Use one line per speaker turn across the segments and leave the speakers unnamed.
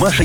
Маша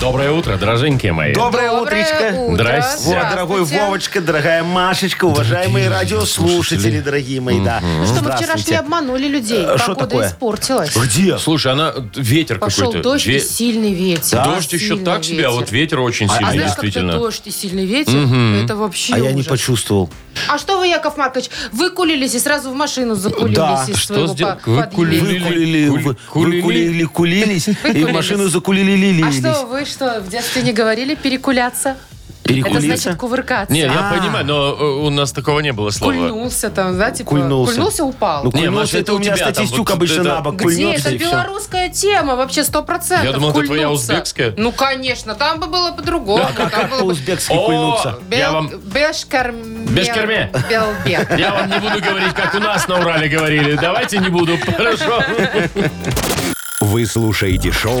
Доброе утро, дороженькие мои.
Доброе,
Доброе
утречко.
утро.
Здрасте.
Вот, дорогой
Здравствуйте.
Вовочка, дорогая Машечка, уважаемые радиослушатели, дорогие мои, да.
Ну что, мы вчера
Здравствуйте.
шли, обманули людей.
Э, шо
Погода
такое?
испортилась.
Где? А
Слушай, она ветер
Пошел
какой-то.
дождь
Ве-
и сильный ветер.
Дождь еще
Сильный
так себе, а вот ветер очень
А
сильный,
знаешь,
действительно.
когда дождь и сильный ветер, это вообще
А я
ужас.
не почувствовал.
А что вы, Яков Маркович, выкулились и сразу в машину закулились
Да,
из
что
своего
сдел-
по- подъезда?
выкулили?
Выкулили,
Куль-
вы-
кулили?
выкулили, кулились, и в
Выкулились.
машину закулили
А
лилились.
что, вы что, в детстве не говорили перекуляться? Это значит кувыркаться.
Не, я
А.
понимаю, но э, у нас такого не было слова.
Кульнулся там, да, типа...
Кульнулся.
упал.
Ну,
Не,
кульнулся,
Маша,
это у меня
тебя там вот
статистюка обычно
это-
на бок.
Где?
Кульнулся
Это
и всё.
белорусская тема, вообще сто процентов.
Я думал, это твоя
Кульнуться.
узбекская.
Ну, конечно, там бы было по-другому. Там было бы...
По-узбекски
О!
кульнуться.
Я
Бел-
вам-
Бешкарме-
Бешкарме?
Белбек.
Я вам не буду говорить, как у нас на Урале говорили. Давайте не буду, хорошо?
Вы слушаете шоу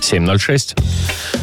7.06.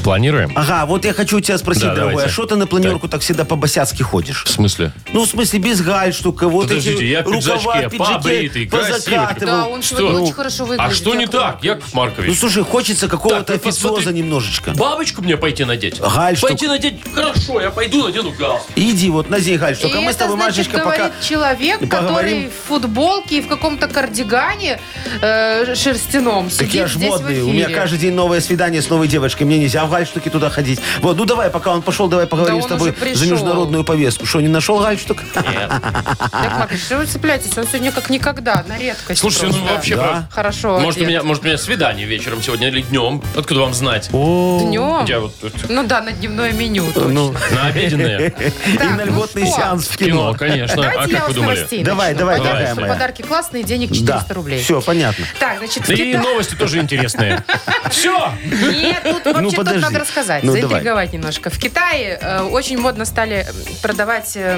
Планируем?
Ага, вот я хочу у тебя спросить,
Да,
дорогой,
давайте.
а что ты на планерку так всегда по-босяцки ходишь?
В смысле?
Ну, в смысле, без гальштука, вот
Подождите,
эти
я в
рукава,
пиджачке, побритый, красивый.
Да, он
Что?
сегодня очень хорошо выглядит.
А что не
Яков
так,
Маркович.
Яков
Ну,
Маркович?
слушай, хочется какого-то
Так, ты
официоза
посмотри.
немножечко.
Бабочку мне пойти надеть?
Гальштук.
Пойти надеть? Хорошо, я пойду надену галстук.
Иди, вот надень гальштук, а
И
мы с
это,
тобой,
значит,
Машечка,
говорит
пока...
человек,
поговорим.
который в футболке и в каком-то кардигане э, шерстяном
Так
сидит
я ж
здесь
модный,
в
у меня
эфире.
каждый день новое свидание с новой девочкой, мне нельзя в гальштуке туда ходить. Вот, ну давай, пока он пошел, давай поговорим
Да
с
он
тобой
уже пришел.
за международную повестку. Что, не нашел гальштук?
А, Яков Маркович, что вы цепляетесь? Он сегодня как никогда, на редкость
Слушайте, ну
просто.
вообще...
Да.
правда.
Хорошо
Может, у
одет.
меня, может, у меня свидание вечером сегодня или днем? Откуда вам знать?
Днем?
Я вот тут
Ну да, на дневное меню. точно.
Ну,
на обеденное.
и
Так,
на
ну
льготный
что?
сеанс в
Кино,
кино.
конечно. А
Давайте я
как вы
вот с
думали?
новостей
Давай,
начну.
давай,
Понятно,
дорогая
что
моя.
подарки классные, денег 400
Да,
рублей.
все, понятно.
Так, значит, в
Да и ну,
Китае-
новости тоже интересные. Все!
Нет, тут вообще тут
ну, подожди.
надо рассказать,
Ну,
заинтриговать немножко. В Китае э, очень модно стали м, продавать э,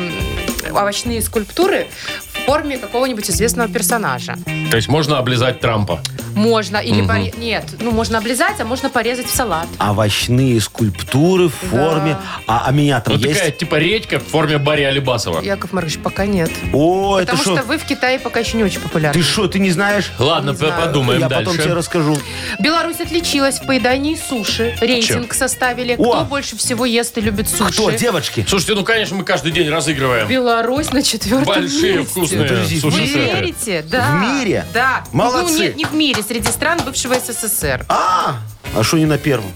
м, овощные скульптуры в форме какого-нибудь известного персонажа.
То есть можно облизать Трампа.
Можно или поре- нет, ну можно облизать, а можно порезать в салат.
Овощные скульптуры в форме. А, а меня там
Ну,
есть?
такая, типа, редька в форме Барри Алибасова.
Яков Маркович, пока нет.
О, это
Потому
что?
что вы в Китае пока еще не очень популярны.
Ты что, ты не знаешь?
Ладно,
Не знаю.
подумаем
Я потом тебе
дальше.
расскажу.
Беларусь отличилась в поедании суши. Рейтинг составили. Кто
О!
больше всего ест и любит суши?
Кто, девочки?
Слушайте, ну, конечно, мы каждый день разыгрываем.
Беларусь на четвертом
Большие
месте.
вкусные
Подожди,
Вы
суши-сеты.
верите? Да.
В мире?
Да.
Молодцы.
Ну, нет, не в мире, среди стран бывшего СССР.
А! А что не на первом?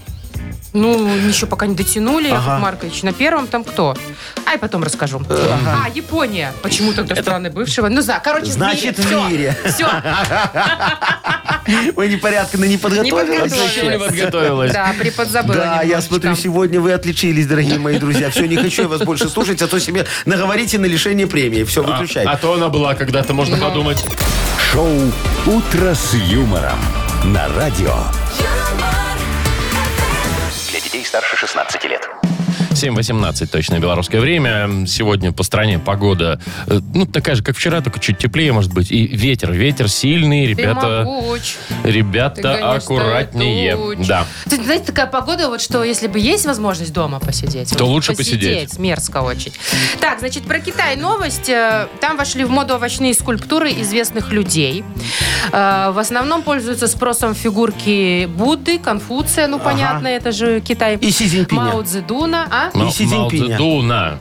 Ну, еще пока не дотянули, Яков
Ага.
Маркович. На первом там кто? Ай, потом расскажу. А, Япония. Почему тогда страны бывшего? Ну, за, короче,
Значит,
в
в
мире.
мире.
Все.
Вы непорядкенно не подготовились?
Вообще не
подготовилась.
подготовилась.
Да, приподзабыла
Да, я
немножечко.
смотрю, сегодня вы отличились, дорогие мои друзья. Все, не хочу я вас больше слушать, а то себе наговорите на лишение премии. Все,
А,
выключайте.
а то она была когда-то, можно подумать.
Шоу «Утро с юмором» на радио.
юмор,
Для детей старше 16 лет.
7.18 точное белорусское время. Сегодня по стране погода, э, ну, такая же, как вчера, только чуть теплее, может быть. И ветер, ветер сильный,
Ты
ребята,
могуч. Ты
ребята,
гонишь
аккуратнее.
стаю туч.
Да.
Ты знаете, такая погода, вот что если бы есть возможность дома посидеть,
То
вот
лучше посидеть.
мерзко очень. Так, значит, про Китай новость. Э, Там вошли в моду овощные скульптуры известных людей. Э, В основном пользуются спросом фигурки Будды, Конфуция, ну, понятно, это же Китай.
И Си Цзиньпиня.
Мао Цзэдуна, а?
Ма-
Си
Мао
Цзиньпиня.
Цзэдуна.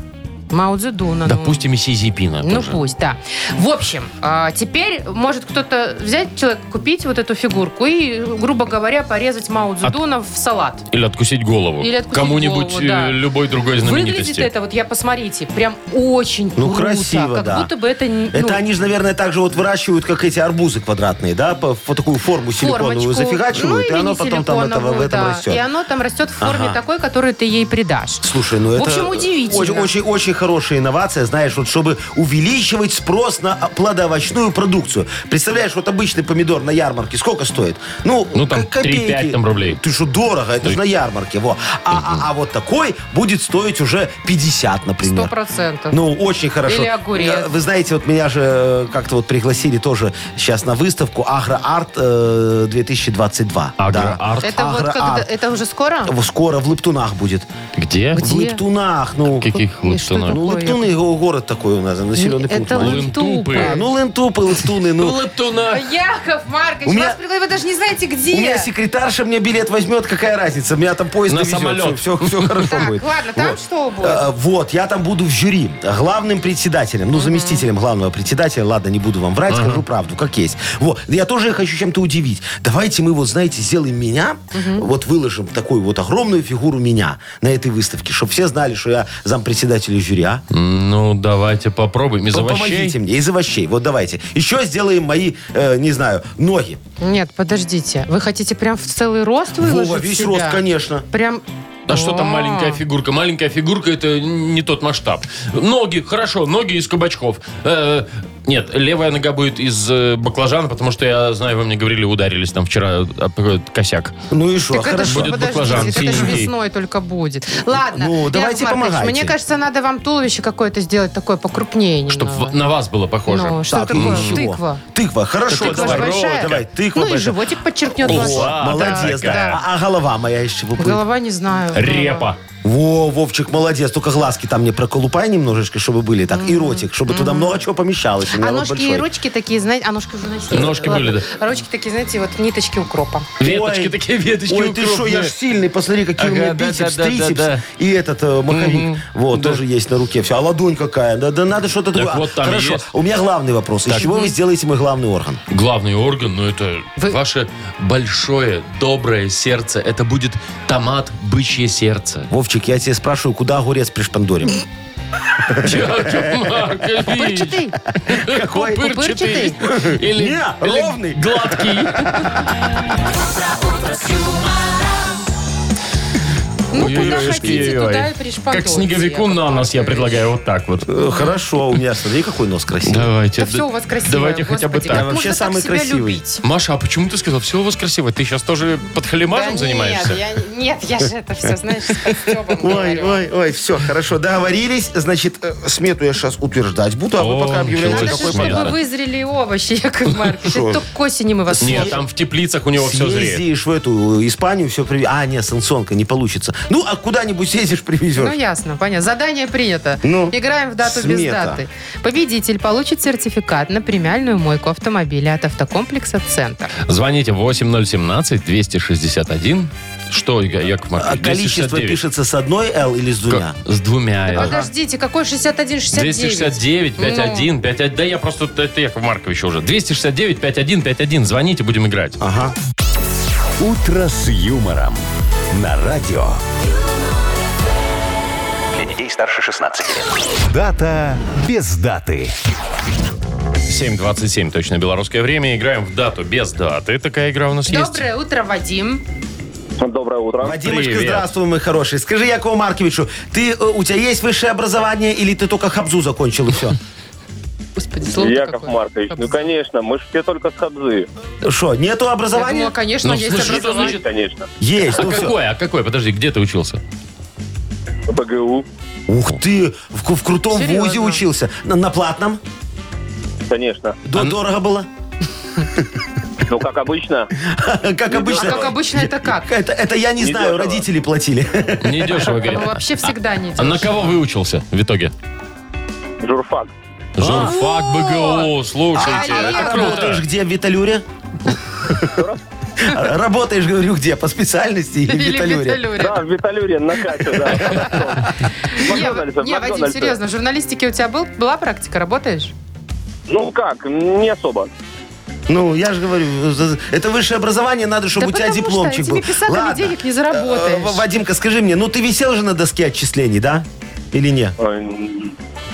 Мао Цзэдуна, ну.
Допустим, и Си Цзиньпина
Ну
тоже.
пусть, да. В общем, а, теперь может кто-то взять человек, купить вот эту фигурку и, грубо говоря, порезать Мао Цзэдуна в салат.
Или откусить голову.
Или откусить
Кому-нибудь
голову, да.
э, любой другой
Выглядит
знаменитости.
это, вот я посмотрите, прям очень
Ну,
круто.
красиво,
как
да.
будто бы это... не-
Это
ну,
они же, наверное, так же вот выращивают, как эти арбузы квадратные, да, по, по такую форму силиконовую
формочку. Ну,
зафигачивают,
или
и оно
не
потом там этого, в
силиконовую,
этом
да.
растет.
И оно там растет в форме
Ага.
такой, которую ты ей придашь.
Слушай, ну
В
это...
общем, удивительно.
Очень, очень, очень хорошая инновация, знаешь, вот чтобы увеличивать спрос на плодоовощную продукцию. Представляешь, вот обычный помидор на ярмарке сколько стоит? Ну,
Ну, там, 3-5 там рублей.
Ты что, дорого, это же на ярмарке. Во. А, а- а вот такой будет стоить уже 50,
Сто
например.
процентов.
Ну, очень хорошо.
Или огурец.
Я- Вы знаете, вот меня же э, как-то вот пригласили тоже сейчас на выставку Агроарт э, 2022.
Агро
Да.
арт.
это вот
агроарт.
когда... Это уже скоро?
Скоро в Лыптунах будет.
Где?
Где?
В Лыптунах, ну.
Каких
И что
лыптунов?
Ну,
Ой,
Лыптуны го- город такой у нас, населенный пункт.
Это
маленький.
лыптупы.
Лыптупы.
А, ну, Лентупы, Лыптуны, ну.
Лыптуна.
Яков Маркович,
У меня-
вас пригласили, вы даже не знаете, где.
У меня секретарша мне билет возьмет, какая разница? Меня там поезд
На
довезет.
самолет.
Все, хорошо
Так,
будет.
ладно, там что будет?
Э, Вот, я там буду в жюри. Главным председателем, ну, заместителем главного председателя. Ладно, не буду вам врать, скажу правду, как есть. Вот, я тоже хочу чем-то удивить. Давайте мы, вот, знаете, сделаем меня, вот выложим такую вот огромную фигуру меня на этой выставке, чтобы все знали, что я зампредседателя жюри, а?
Ну, давайте попробуем. Из
По-
овощей.
Помогите мне, из овощей. Вот давайте. Еще сделаем мои, э, не знаю, ноги.
Нет, подождите. Вы хотите прям в целый рост выложить
Вова, весь
себя?
рост, конечно.
Прям...
А что там
О.
маленькая фигурка? Маленькая фигурка это не тот масштаб. Ноги, хорошо, ноги из кабачков. Э, нет, левая нога будет из э, баклажана, потому что я знаю, вы мне говорили, ударились там вчера об какой-то косяк.
Ну и что,
Так это ж,
хорошо.
Будет баклажан
подождите, так это же
синенький.
весной только будет. Ладно,
Ну,
Яков
давайте
Маркович,
помогайте.
Мне кажется, надо вам туловище какое-то сделать такое покрупнее
Чтобы
немного.
на вас было похоже.
Ну, что
Так, ну
такое?
ничего.
Тыква.
Тыква, хорошо,
Тыква
Тыква же
давай.
здоровая.
большая.
Давай, тыква
Ну и
большая.
животик подчеркнет
О,
ваш.
а,
Молодец, да.
такая.
А, а голова моя еще выплывет.
Голова не знаю.
Репа.
Во, Вовчик, молодец. Только глазки там мне проколупай немножечко, чтобы были так. И ротик, чтобы туда много чего помещалось. У меня
А
рот
ножки
большой.
и ручки такие, знаете, а ножки уже начали.
Ножки
Ладно.
были,
Ручки такие, знаете, вот ниточки укропа.
Веточки
Ой,
такие, веточки
Ой, ты что, я
укропные.
ж сильный, посмотри, какие у меня
Ага, да,
бицепс,
да, да,
трицепс
да, да.
и этот э, маховик. Вот, тоже есть на руке. Все, а ладонь какая. Да, да надо что-то другое.
вот там
Хорошо,
есть.
у меня главный вопрос. Из чего вы сделаете мой главный орган?
Главный орган, ну это
Вы-
ваше большое, доброе сердце. Это будет томат бычье сердце.
Вовчик, я тебя спрашиваю, куда огурец пришпандорим?
Яков Маркович.
Пырчатый.
Какой?
Пупырчатый. Или,
Не,
или
ровный.
гладкий.
Ну,
Ой,
куда
ой,
хотите,
ой, ой.
туда и пришпандорьте.
Как снеговику
Яков
на нас, я
Маркович.
предлагаю вот так вот.
Э, Хорошо, у меня, смотри, какой нос красивый.
Давайте.
Да все у вас красиво.
Давайте хотя бы
господи,
так.
Я
как
вообще
можно так
самый
себя
красивый.
любить?
Маша, а почему ты сказал, все у вас красиво? Ты сейчас тоже под
Да
халимажем
нет,
занимаешься?
я- Нет, я же это все, знаешь, с подстёбом
Ой,
говорю.
ой, ой, все, хорошо, договорились. Значит, э, смету я сейчас утверждать буду, а вы
О,
пока объявляете,
Надо
началось.
же,
какой
Ой,
чтобы
подарок.
вызрели овощи, Яков Маркович. Это только к осени мы вас
Нет,
сможем.
там в теплицах у него все зреет.
Съездишь в эту э, Испанию, все привезешь. А, нет, санкционка, не получится. Ну, а куда-нибудь съездишь,
Ну,
привезешь.
ясно, понятно. Задание принято.
Ну,
Играем в дату без
смета.
даты. Победитель получит сертификат на премиальную мойку автомобиля от автокомплекса «Центр».
Звоните 8017-261. Что, Я- Яков
А
Маркович?
количество
269.
пишется с одной L или с двумя?
Как- С двумя. Л.
Подождите, какой 61-69?
269 51 51. Да я просто это Яков Маркович уже. 269 51 51. Звоните, будем играть.
Ага.
«Утро с юмором» на радио.
Для детей старше 16 лет.
Дата без даты.
7.27 точно белорусское время. Играем в дату без даты. Такая игра у нас есть.
Доброе утро, Вадим.
Доброе утро.
Вадимочка,
Привет.
здравствуй, мой хороший. Скажи Якову Марковичу, ты, э, у тебя есть высшее образование или ты только хабзу закончил и все?
Господи, слово
Яков Маркович, ну конечно, мы же все только с Хадзы.
Что, нету
Я думала,
образования?
конечно,
Ну,
есть
слушай, это
образование.
значит?
Конечно.
Есть,
А
ну все.
какой? А какой? Подожди, где ты учился?
ПГУ,
Ух ты, в, в крутом
Серьезно?
вузе учился. На, на платном?
конечно.
До-
А
дорого было?
Ну, как обычно,
Ну, Как
А
обычно.
как обычно это как?
Это, это я не,
Не
знаю,
дешево.
родители платили.
Не дешево, говорит.
Ну, вообще всегда не
А на
дешево.
кого выучился в итоге?
журфак.
Журфак БГУ, слушайте.
А,
это
а,
круто.
Работаешь где в Виталюре? Работаешь, говорю, где? По специальности или в
Или
Виталюре?
Виталюре.
Да, в Виталюре на кассе, да. В
Не,
Макдональдсе, в
не, Вадим,
Макдональдсе.
серьезно, в журналистике у тебя был, была практика, работаешь?
Ну как, не особо.
Ну, я же говорю, за- это высшее образование, надо, чтобы
Да
Ну, у тебя
потому что
дипломчик
этими
был.
писаками
Ладно.
денег не заработаешь.
Э, В- Вадимка, скажи мне, ну ты висел же на доске отчислений, да? Или не?
Эм,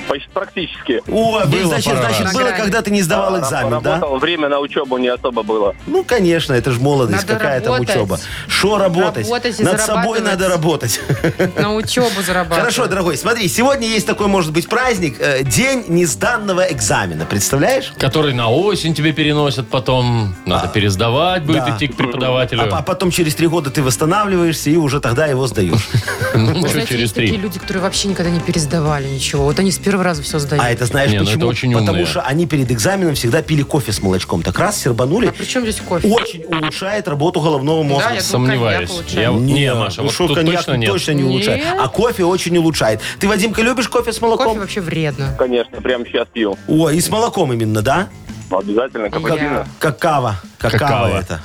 По значит, Э, практически.
О,
Было
значит,
пора.
значит,
На
было,
грани.
когда ты не сдавал экзамен, да?
Работал, время на учебу не особо было.
Ну, конечно, это же молодость,
Надо
какая
работать.
там учеба. Что работать?
Работать и
Над собой
зарабатывать.
надо работать.
На учебу зарабатывать.
Хорошо, дорогой, смотри, сегодня есть такой, может быть, праздник, э, день несданного экзамена, представляешь?
Который на осень тебе переносят потом. Надо пересдавать будет
А. да.
идти к
А,
преподавателю.
а потом через три года ты восстанавливаешься и уже тогда его сдаешь.
Ну,
Вы
чё
знаете,
через
есть
три.
такие люди, которые вообще никогда не пересдавали ничего. Вот они с первого раза все сдают.
А это знаешь
Не, ну это
почему?
очень умные.
Потому что они перед экзаменом всегда пили кофе с молочком. Так раз, сербанули.
Причем А здесь кофе?
Очень улучшает работу головного
Да,
мозга.
я
Сомневаюсь.
Коньяк
Я-
улучшает.
Не, Маша,
ну
вот
шо,
тут
коньяк
точно нет.
точно не улучшает.
Нет.
А кофе очень улучшает. Ты, Вадимка, любишь кофе с молоком?
Кофе вообще вредно.
Конечно, прямо сейчас пью.
О, и с молоком именно, да?
Обязательно капучино.
Я-
Какао.
Какао.
Какао это.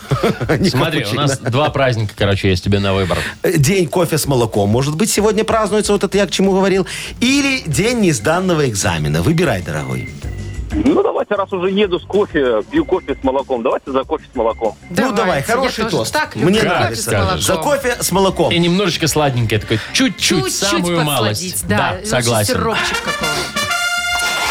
Не
Смотри, у
капучино.
нас два праздника, короче, есть тебе на выбор.
Э, День кофе с молоком, может быть, сегодня празднуется, вот это я к чему говорил. Или день несданного экзамена. Выбирай, дорогой.
Ну, давайте, раз уже еду с кофе, пью кофе с молоком, давайте за кофе с молоком.
ну, давай, хороший
я тоже
тост.
Так, люблю
Мне
кофе с
нравится.
молоком.
За кофе с молоком.
И немножечко сладенькое, такое чуть-чуть,
Чуть-чуть
самую
подсладить,
малость.
Да,
Да,
Лучше
согласен.
сиропчик какого-нибудь.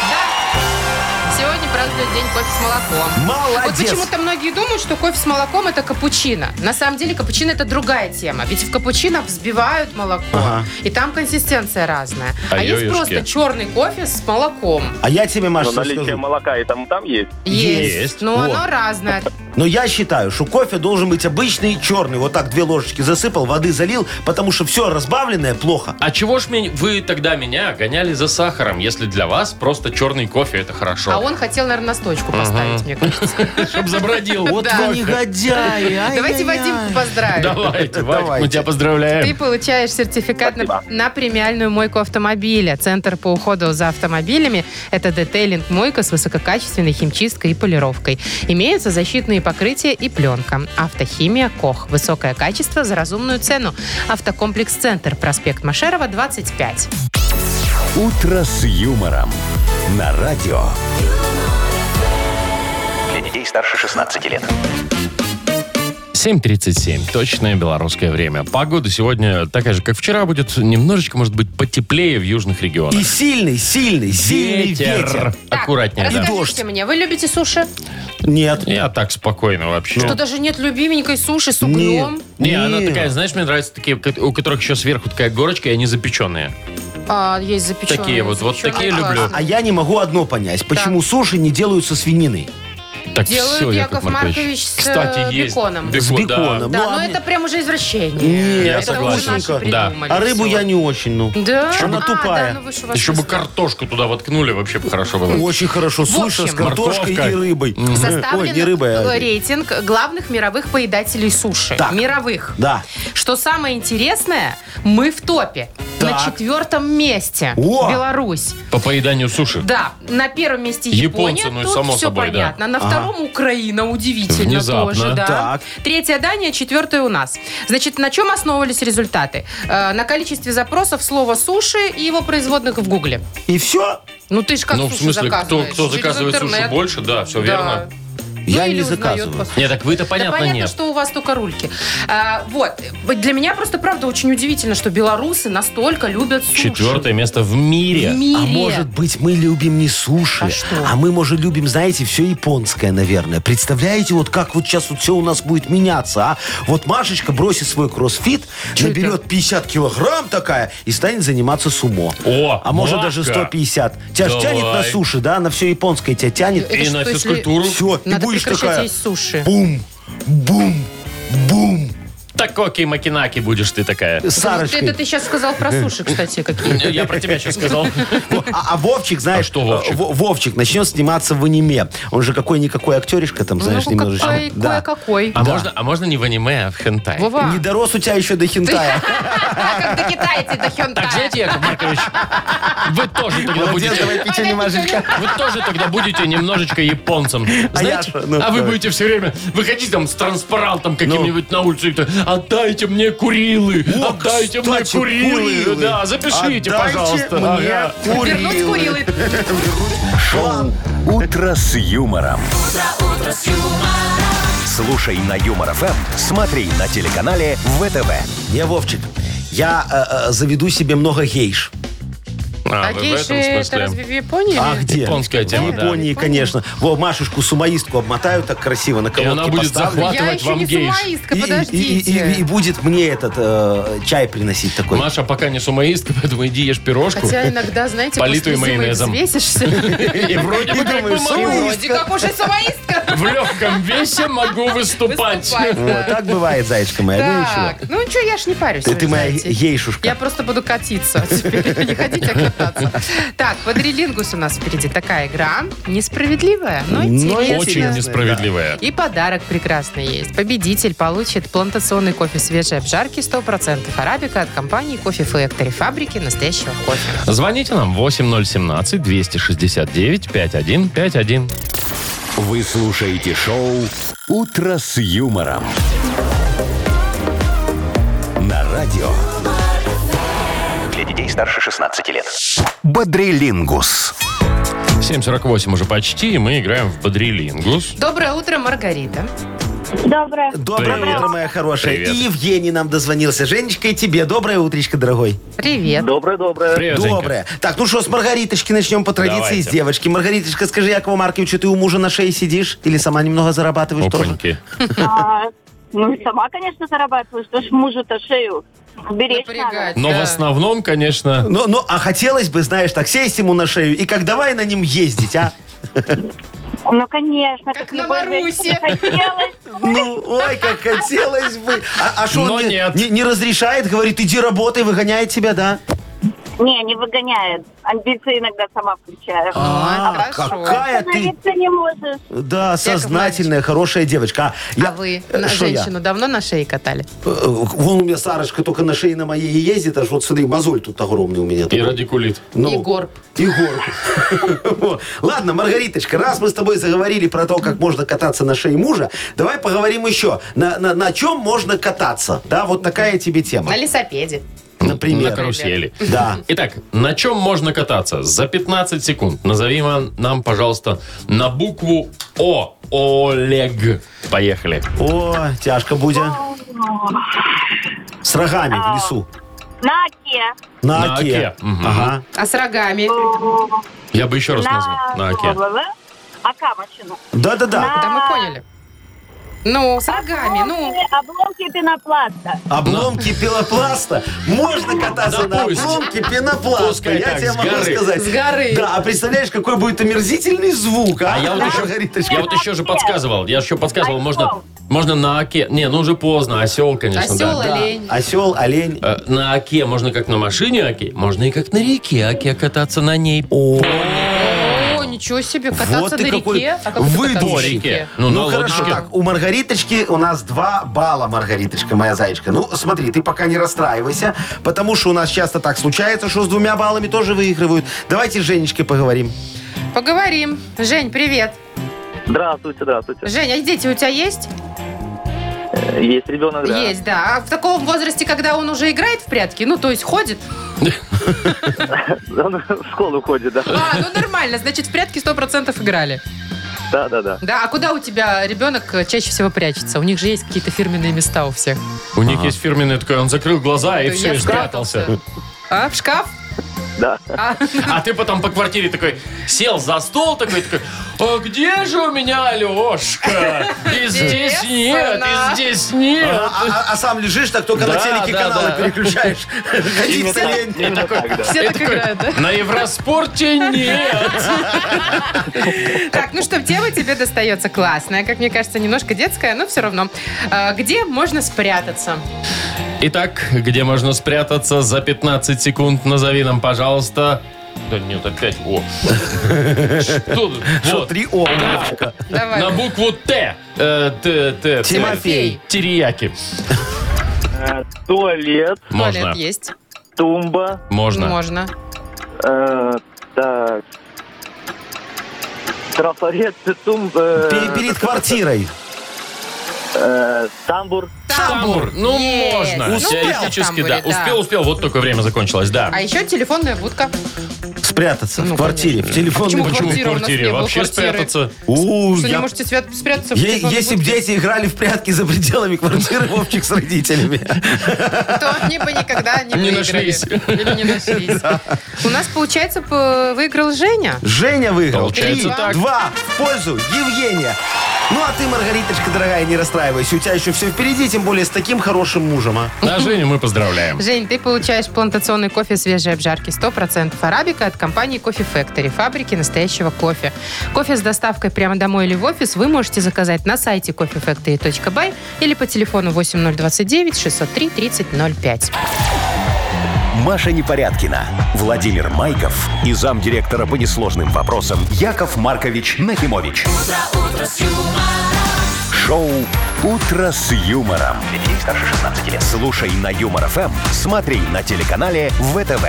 Да. Сегодня празднуют день кофе с молоком.
Молодец.
Вот почему-то многие думают, что кофе с молоком это капучино. На самом деле капучино это другая тема. Ведь в капучино взбивают молоко.
Ага.
И там консистенция разная. А,
А
есть
йоюшки?
просто черный кофе с молоком.
А я тебе, Маша,
Но
что
Ну, наличие
скажу.
молока и там, и там есть.
Есть.
Есть.
Но
Вот.
оно разное.
Но Ну, я считаю, что кофе должен быть обычный черный. Вот так две ложечки засыпал, воды залил, потому что все разбавленное плохо.
А чего ж мне- вы тогда меня гоняли за сахаром, если для вас просто черный кофе это
А
хорошо?
он хотел, наверное, на сточку поставить, мне кажется.
Чтоб забродил.
Вот
Да.
вы негодяи. ай-яй-яй.
Давайте Вадимку поздравим.
Давайте, Вадик, мы
Давайте.
тебя
Ты
поздравляем.
получаешь сертификат на,
Спасибо.
на премиальную мойку автомобиля. Центр по уходу за автомобилями – это детейлинг мойка с высококачественной химчисткой и полировкой. Имеются защитные покрытия и пленка. Автохимия КОХ. Высокое качество за разумную цену. Автокомплекс «Центр», проспект Машерова, 25.
«Утро с юмором» на радио.
Для детей старше 16 лет.
7.37, точное белорусское время. Погода сегодня такая же, как вчера, будет немножечко, может быть, потеплее в южных регионах.
И сильный, сильный, сильный ветер.
Аккуратнее, да.
расскажите мне, вы любите суши?
Нет.
Я так спокойно вообще.
Что даже нет любименькой суши с углем?
Нет.
Не, она
Нет.
такая, знаешь, мне нравятся такие, ко- у которых еще сверху такая горочка, и они запеченные.
А, есть запеченные.
Такие вот, вот
запеченные.
такие люблю.
Классно.
А я не могу одно понять. Почему суши не делают со свининой?
Так
Делают
все,
Яков Маркович с, э,
Кстати, есть
беконом.
бекон,
С
да.
беконом.
Да,
Ну, а
но
мне-
это прям уже
Не,
извращение.
я
это
согласен.
уже наши
Да.
придумали.
А рыбу
всё.
я не очень, ну.
Да?
Она
А,
тупая.
да, ну вы ж у вас
Еще бы
чувство.
картошку туда воткнули, вообще бы хорошо было.
Очень хорошо. Суши с
общем,
картошкой
морковка.
и рыбой.
Составлен
Ой, не рыбой, а
э, рейтинг главных мировых поедателей суши.
Так.
Мировых.
Да.
Что самое интересное, мы в топе. На
Так.
четвертом месте.
О!
Беларусь.
По поеданию суши.
Да, на первом месте Япония.
Японцы, ну и
Тут
само
все
собой, да.
понятно. На втором Украина, удивительно
Внезапно.
тоже, да.
Так.
Третья Дания, четвертая у нас. Значит, на чем основывались результаты? Э, на количестве запросов слова суши и его производных в Гугле.
И все?
Ну ты же как
ну, в
суши
смысле, кто,
заказываешь?
кто
Через
заказывает суши
интернет.
больше, да, все
Да.
верно.
Я
Ну или
не
узнает
заказываю.
по-
Не, так вы-то понятно,
да понятно,
нет.
что у вас только рульки. А, вот. Для меня просто, правда, очень удивительно, что белорусы настолько любят суши.
Четвертое место в
В
мире.
мире.
А может быть, мы любим не суши,
А что?
мы, может, любим, знаете, все японское, наверное. Представляете, вот как вот сейчас вот все у нас будет меняться, а? Вот Машечка бросит свой кроссфит, наберет 50 килограмм такая и станет заниматься сумо.
О,
а может
Машка!
даже 150. Тебя ж
Давай.
тянет на суши, да? На все японское тебя тянет.
Это
И
что,
на
если-
физкультуру.
Все, ты
Надо
будешь
прекращать
такая...
есть суши.
Бум, бум, бум.
Так окей, макинаки будешь ты такая.
С Сарочкой.
Это, ты сейчас сказал про суши, кстати, какие.
Я про тебя сейчас сказал.
Во- А, а Вовчик, знаешь,
А что Вовчик?
э, Во- Вовчик начнет сниматься в аниме. Он же какой-никакой актеришка там, знаешь,
ну,
немножечко.
какой,
Да.
кое-какой.
А можно, а можно не в аниме, а в хентай?
Вова,
Не дорос у тебя еще до хентая.
как до китайцы, до
Так
хёнтая.
знаете, Яков Маркович, вы тоже тогда
Молодец,
будете...
давай печенье, Машечка.
Вы тоже тогда будете немножечко японцем. Знаете?
я что? Ну,
а вы
давай. Ну.
будете все время выходить там с транспарантом каким-нибудь на улицу и так, отдайте мне курилы,
О,
отдайте мне
кстати,
курилы.
курилы.
Да, запишите,
Отдайте
пожалуйста.
мне
Ага.
Вернуть
А
курилы.
Шоу «Утро с юмором». Слушай на Юмор ФМ, смотри на телеканале ВТВ.
Не, Вовчик, я э, э, заведу себе много гейш.
А,
А
вы в
гейши
этом
это разве
смысле.
в Японии?
А где?
Японская тема,
В
да.
Японии, конечно. Во, Машушку сумаистку обмотают так красиво на
И
колодке
она будет
поставлю.
Я
захватывать
еще
вам
не
гейш.
сумаистка,
И- и- И,
подождите.
и- и будет мне этот э, чай приносить такой.
Маша пока не сумаистка, поэтому иди ешь пирожку.
Хотя иногда, знаете,
Политую
после зимы
майонезом.
взвесишься.
И вроде бы как бы
думаешь,
могу.
Вроде как уже самоистка.
В легком весе могу выступать.
Выступать,
Вот
да.
так бывает, зайчка моя. Ну
Так,
ничего.
ну ничего, я ж не парюсь.
Ты,
вы
ты моя
знаете.
гейшушка.
Я просто буду катиться теперь. Не ходить, а кататься. Так, квадрилингус у нас впереди. Такая игра несправедливая, но
Но
интересная.
Очень несправедливая.
И подарок прекрасный есть. Победитель получит плантационный кофе свежей обжарки 100% арабика от компании Кофе Factory, фабрики настоящего кофе.
Звоните нам 8017-269-5151.
Вы слушаете шоу «Утро с юмором». На радио
Для детей старше 16 лет.
«Бодрилингус».
7.48 уже почти, и мы играем в Бодрилингус.
Доброе утро, Маргарита.
Доброе.
Доброе
Привет.
утро, моя хорошая.
Привет.
И Евгений нам дозвонился. Женечка, и тебе доброе утречко, дорогой.
Привет.
Доброе-доброе.
Привет, Женька.
Доброе. Так, ну что, с Маргариточки начнем по традиции
Давайте.
с девочки. Маргариточка, скажи, Якову Марковичу, ты у мужа на шее сидишь? Или сама немного зарабатываешь тоже?
Опаньки.
А, Ну, и сама, конечно, зарабатываю, что ж мужу-то шею беречь надо.
Напрягать.
Но в
Да.
основном, конечно...
Ну, ну, а хотелось бы, знаешь, так сесть ему на шею и как давай на ним ездить, а?
Ну, конечно.
Как
любой
на Марусе.
женщине Хотелось.
Ну, ой, как хотелось бы. А что
Но
он не,
нет.
не- не разрешает? Говорит, иди работай, выгоняет тебя, да?
Не, не выгоняет. Амбиции иногда сама включаю.
А, хорошо.
какая ты,
Остановиться не можешь.
да, сознательная, хорошая девочка. А, я-
А вы
э,
на
шо я?
женщину давно на шее катали?
Э, э, Вон у меня Сарочка только на шее на моей и ездит, аж вот смотри, мозоль тут огромный у меня.
И
такой.
радикулит.
Ну,
И горб.
И горб. Вот. Ладно, Маргариточка, раз мы с тобой заговорили про то, как можно кататься на шее мужа, давай поговорим еще, на, на, на чем можно кататься. Да, вот такая тебе тема.
На лесопеде.
Например.
На карусели.
Да.
Итак, на чем можно кататься? За 15 секунд. Назови ма- нам, пожалуйста, на букву О. Олег. Поехали.
О, тяжко будет. С рогами в лесу.
На оке.
На,
На
оке.
оке, мгм.
Ага.
А с рогами?
Я бы еще раз назвал.
На... А
На оке.
Акамочину.
Да-да-да.
Да мы поняли. Ну, с рогами, ну.
Обломки- Обломки пенопласта.
Обломки пенопласта. Можно кататься
Да
на
пусть.
обломки пенопласта.
Пускай
Я
так,
тебе
с
могу
горы.
сказать.
С горы.
Да, а представляешь, какой будет омерзительный звук, а?
А я вот еще,
Маргариточка.
я вот еще же подсказывал. Я еще подсказывал, можно,
Осёл.
можно на оке. Не, ну уже поздно, осел, конечно,
Осел,
да.
олень.
Осел, олень.
Э, На оке можно как на машине оке, можно и как на реке оке кататься на ней.
О,
О, ничего себе,
Вот
кататься
ты
на
какой
реке. А как это
выдумщик.
кататься
Ну,
на
на
Ну, хорошо,
лодочке.
так, у Маргариточки у нас два балла, Маргариточка, моя зайчка. Ну, смотри, ты пока не расстраивайся, потому что у нас часто так случается, что с двумя баллами тоже выигрывают. Давайте с Женечкой поговорим.
Поговорим. Жень, привет.
Здравствуйте, здравствуйте.
Жень, а дети у тебя есть?
Э, Есть ребенок, да?
Есть, да. А в таком возрасте, когда он уже играет в прятки, ну, то есть ходит?
Он в школу ходит, да.
А, ну нормально, значит, в прятки 100% играли.
Да, да, да.
Да, а куда у тебя ребенок э, чаще всего прячется? У них же есть какие-то фирменные места у всех.
У них есть фирменный такой, он закрыл глаза и
Я
все, и
спрятался.
спрятался.
А, в шкаф?
Да.
А,
А ты потом по квартире такой сел за стол, такой, такой, а где же у меня Алешка? И здесь нет, и здесь
А,
нет.
а- а сам лежишь, так только на
Да,
телеке
да,
каналы
да.
переключаешь. Ходить лень.
И такой,
все
и
Ну, так
такой,
играют, да?
на Евроспорте нет.
Так, ну что, тема тебе достается классная, как мне кажется, немножко детская, но все равно. А, Где можно спрятаться?
Итак, где можно спрятаться за 15 секунд? Назови нам, пожалуйста. Да нет, опять. О. Что тут?
Что,
Вот.
три О,
Давай.
На букву Т. Э, Т, Т. Т.
Тимофей.
Терияки.
Э, Туалет,
Можно.
Туалет есть.
тумба,
Можно.
Можно.
э, так. Трафарет, тумба,
Пе- Перед квартирой.
э, тамбур.
Тамбур. Ну,
Есть.
можно.
Успел в
Теоретически,
тамбуре,
да.
да.
Успел, успел. Вот только время закончилось, да.
А еще телефонная будка.
Спрятаться в
Ну,
квартире,
конечно.
в телефонной
Почему
Почему в
квартира у нас
квартире?
не было,
Вообще
квартиры.
спрятаться?
У,
Что, не
я-
можете свят- спрятаться? в
Е-
телефонной
Если бы
будке?
дети играли в прятки за пределами квартиры Вовчик с родителями.
то они бы никогда не,
Не
выиграли.
нашлись.
Или не нашлись. У нас, получается, п- выиграл Женя.
Женя выиграл.
Получается
Три,
так.
два в пользу Евгения. Ну а ты, Маргариточка, дорогая, не расстраивайся. У тебя еще все впереди, тем более с таким хорошим мужем, а.
А Женю мы поздравляем.
Жень, ты получаешь плантационный кофе свежей обжарки 100% арабика от компании Coffee Factory, фабрики настоящего кофе. Кофе с доставкой прямо домой или в офис вы можете заказать на сайте coffeefactory.by или по телефону 8029 603 3005.
Маша Непорядкина, Владимир Майков и замдиректора по несложным вопросам Яков Маркович Нахимович. Шоу Утро с юмором. Для детей старше 16 лет. Слушай на юмор ФМ, смотри на телеканале ВТВ.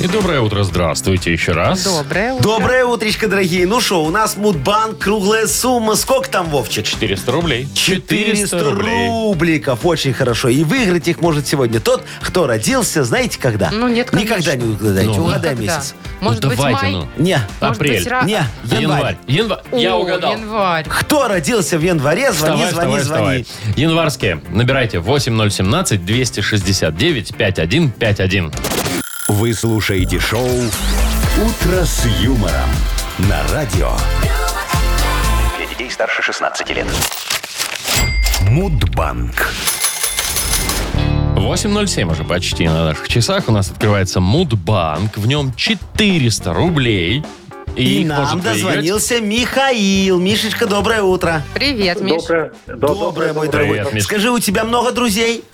И доброе утро, здравствуйте еще раз.
Доброе утро.
Доброе утречко, дорогие. Ну что, у нас Мудбанк, круглая сумма. Сколько там, Вовчик?
400 рублей.
400 рубликов. Очень хорошо. И выиграть их может сегодня тот, кто родился, знаете, когда?
Ну, нет, конечно.
Никогда не угадаете.
Ну.
Угадай
Когда?
месяц.
Может
Ну,
быть,
давайте,
май?
ну.
Не,
Может быть,
Апрель.
ра-
не, январь.
Январь. Январь. Я
О,
угадал.
январь.
Кто родился в январе, звони,
Вставай,
звони,
вставай,
звони.
вставай. Январские. Набирайте 8017-269-5151.
Вы слушаете шоу Утро с юмором на радио
Для детей старше 16 лет.
Мудбанк.
8.07 уже почти на наших часах. У нас открывается Мудбанк. В нем 400 рублей. И,
И
их
нам
может выиграть-
дозвонился Михаил. Мишечка, доброе утро.
Привет, Миш.
Доброе, до-
Доброе, мой
Привет,
дорогой.
Миш.
Скажи, у тебя много друзей?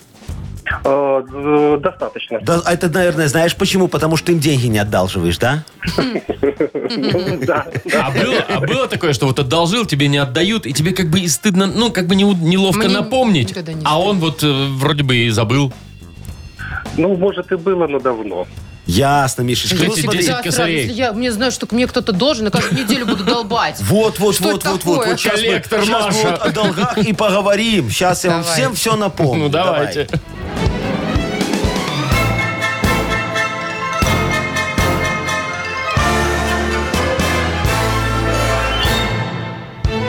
Э, д- Достаточно.
Да, а это, наверное, знаешь почему? Потому что им деньги не одалживаешь, да?
Да.
А было, а было такое, что вот одолжил, тебе не отдают, и тебе как бы и стыдно, ну, как бы не, у- неловко
Мне
напомнить.
никогда не
а он вот э, вроде бы и забыл.
Ну, может, и было, но давно.
Ясно, Мишечка. Ну,
Эти
смотри.
10 косарей.
Если я мне знаю, что мне кто-то должен, я каждую неделю буду долбать.
Вот, вот,
Что
вот,
это
вот, вот,
такое?
вот. Сейчас мы,
Коллектор
щас мы
Маша.
вот о долгах и поговорим. Сейчас я вам
Давай.
всем все напомню.
Ну, давайте.
Давай.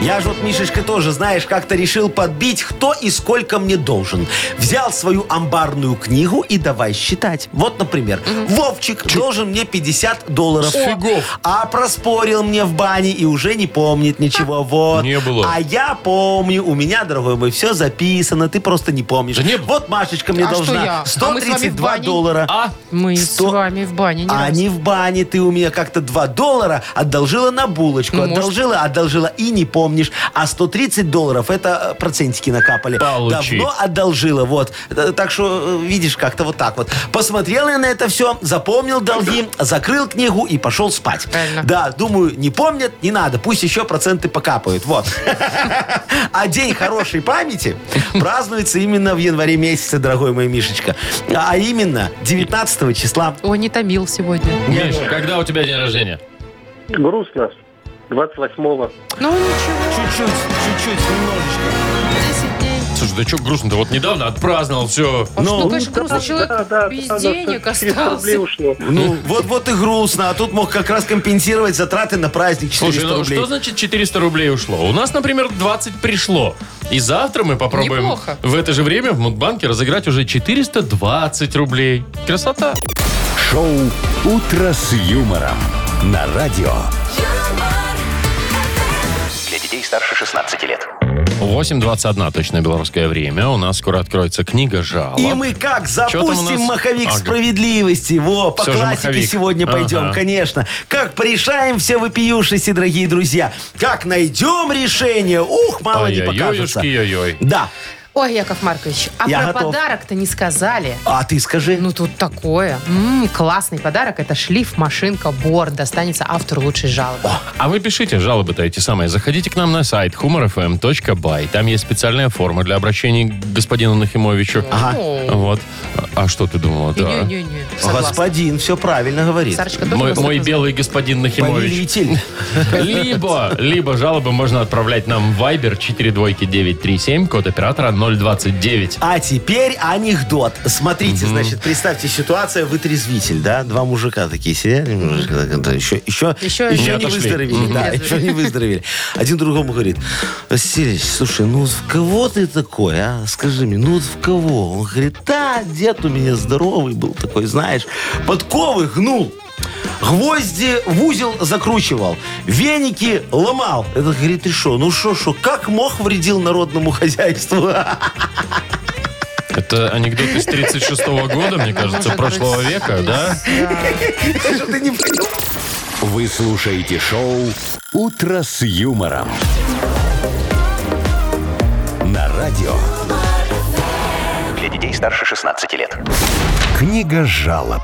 Я же вот, Мишечка, тоже, знаешь, как-то решил подбить, кто и сколько мне должен. Взял свою амбарную книгу и давай считать. Вот, например, Вовчик должен мне 50 долларов.
Фигов.
А проспорил мне в бане и уже не помнит ничего. Вот.
Не было.
А я помню, у меня, дорогой мой, все записано, ты просто не помнишь.
Да не было.
Вот Машечка мне
А что
должна
я? А мы с вами в
132
бане?
доллара.
А?
Мы
Сто-
с вами в бане. не
А
раз.
не в бане, ты у меня как-то 2 доллара одолжила на булочку.
Ну, может.
одолжила, одолжила и не помнишь. А 130 долларов это э, процентики накапали.
Получи.
Давно одолжила, вот. Э, Так что, э, видишь, как-то вот так вот. Посмотрел я на это все, запомнил долги, закрыл книгу и пошел спать.
Правильно.
Да, думаю, не помнят, не надо. Пусть еще проценты покапают. Вот. А день хорошей памяти празднуется именно в январе месяце, дорогой мой Мишечка. А именно 19 числа.
Ой, не томил сегодня.
Миш, когда у тебя день рождения?
Грустно. 28-го.
Ну ничего,
Чуть-чуть, чуть-чуть, немножечко.
10 дней.
Слушай, да что грустно-то? Вот недавно отпраздновал все.
А
Ну,
что, конечно, грустно,
Да,
человек
да,
без
да, да,
денег
400 рублей
остался.
ушло.
Ну, вот вот и грустно, а тут мог как раз компенсировать затраты на праздник 400
Слушай, ну
рублей.
что значит 400 рублей ушло? У нас, например, 20 пришло. И завтра мы попробуем
Неплохо.
в это же время в Мудбанке разыграть уже 420 рублей. Красота.
Шоу Утро с юмором на радио.
Для детей старше 16 лет.
8.21 точное белорусское время. У нас скоро откроется книга жалоб.
И мы как
Чё там у нас?
запустим маховик
Ага.
справедливости. Во, по
Всё же
классике
маховик.
сегодня пойдем,
Ага.
конечно. Как порешаем все вопиюшисти, дорогие друзья. Как найдем решение. Ух, мало не покажется.
Ой-ой-ой.
Да.
Ой, Яков Маркович, а
Я
про
готов.
подарок-то не сказали.
А ты скажи.
Ну тут такое. М, классный подарок. Это шлиф машинка Бор. Достанется автору лучшей жалобы.
А вы пишите жалобы-то эти самые. Заходите к нам на сайт humorfm.by. Там есть специальная форма для обращения к господину Нахимовичу.
Ну,
Вот. А что ты думала? Да.
Не-не-не, согласна.
Господин все правильно говорит.
Сарочка тоже
Мой,
нас
мой
это
белый господин Нахимович.
Повелитель.
Либо, либо жалобы можно отправлять нам в Viber 42937, код оператора 029.
А теперь анекдот. Смотрите, значит, представьте ситуация, вытрезвитель, да? Два мужика такие сидели, немножечко так, да, еще, еще,
Еще
еще,
не
не,
отошли.
выздоровели. Да, еще не выздоровели. Один другому говорит, Васильевич, слушай, ну вот в кого ты такой, а? Скажи мне, ну вот в кого? Он говорит, да, дед у меня здоровый был такой, знаешь, подковы гнул. Гвозди в узел закручивал, веники ломал. Это говорит, ты что, ну шо, шо, как мог вредил народному хозяйству?
Это анекдот из 36 года, мне кажется,
Может
прошлого
быть,
века, да?
Что ты не понял?
Вы слушаете шоу «Утро с юмором». На радио
Для детей старше 16 лет.
«Книга жалоб».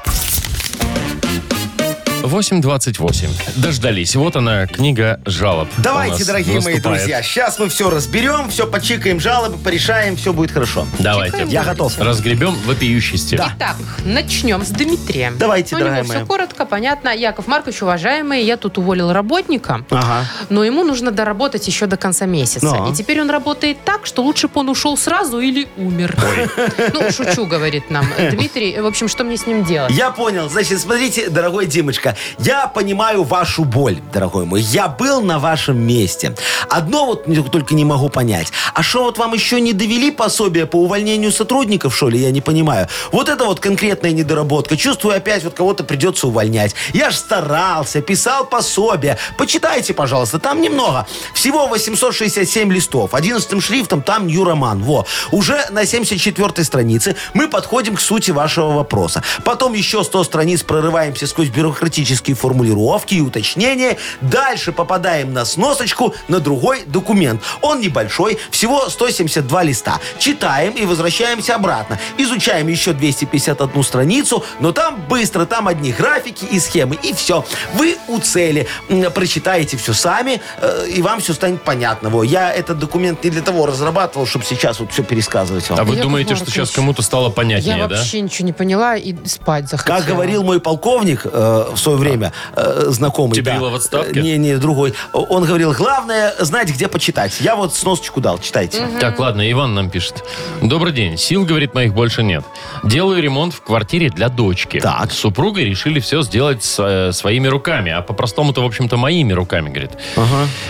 8.28. Дождались. Вот она, книга жалоб. у
Давайте,
нас
дорогие мои
наступает.
друзья, сейчас мы все разберем, все почикаем, жалобы порешаем, все будет хорошо.
Давайте.
Я готов.
Разгребем вопиющести.
Итак, начнем с Дмитрия. Ну,
Давайте,
У него
дорогая
все
моя.
коротко, понятно. Яков Маркович, уважаемый, я тут уволил работника,
Ага.
но ему нужно доработать еще до конца месяца.
Ну.
И теперь он работает так, что лучше бы он ушел сразу или умер. Ну, шучу, говорит нам Дмитрий. В общем, что мне с ним делать?
Я понял. Значит, смотрите, дорогой Димочка, я понимаю вашу боль, дорогой мой. Я был на вашем месте. Одно вот не- только не могу понять. А что вот вам еще не довели пособие по увольнению сотрудников, что ли? Я не понимаю. Вот это вот конкретная недоработка. Чувствую, опять вот кого-то придется увольнять. Я ж старался, писал пособие. Почитайте, пожалуйста, там немного. Всего 867 листов. 11 шрифтом там Нью-Роман. Во. Уже на 74 странице мы подходим к сути вашего вопроса. Потом еще 100 страниц прорываемся сквозь бюрократические формулировки и уточнения. Дальше попадаем на сносочку на другой документ. Он небольшой, всего 172 листа. Читаем и возвращаемся обратно. Изучаем еще 251 страницу, но там быстро, там одни графики и схемы. И все. Вы у цели. М, Прочитаете все сами, э, и вам все станет понятно. Во, я этот документ не для того разрабатывал, чтобы сейчас вот все пересказывать вам.
А вы
Яков
думаете, что сейчас
Маркович,
кому-то стало
Я
понятнее, да?
вообще ничего не поняла и спать захотела.
Как говорил мой полковник э, в свое время, э, знакомый.
Тебрилов
да.
в отставке?
Э, Не, не, другой. Он говорил, главное знать, где почитать. Я вот сносочку дал, читайте.
Так, ладно, Иван нам пишет. Добрый день. Сил, говорит, моих больше нет. Делаю ремонт в квартире для дочки.
Так.
С супругой решили все сделать с, э, своими руками. А по-простому-то, в общем-то, моими руками, говорит.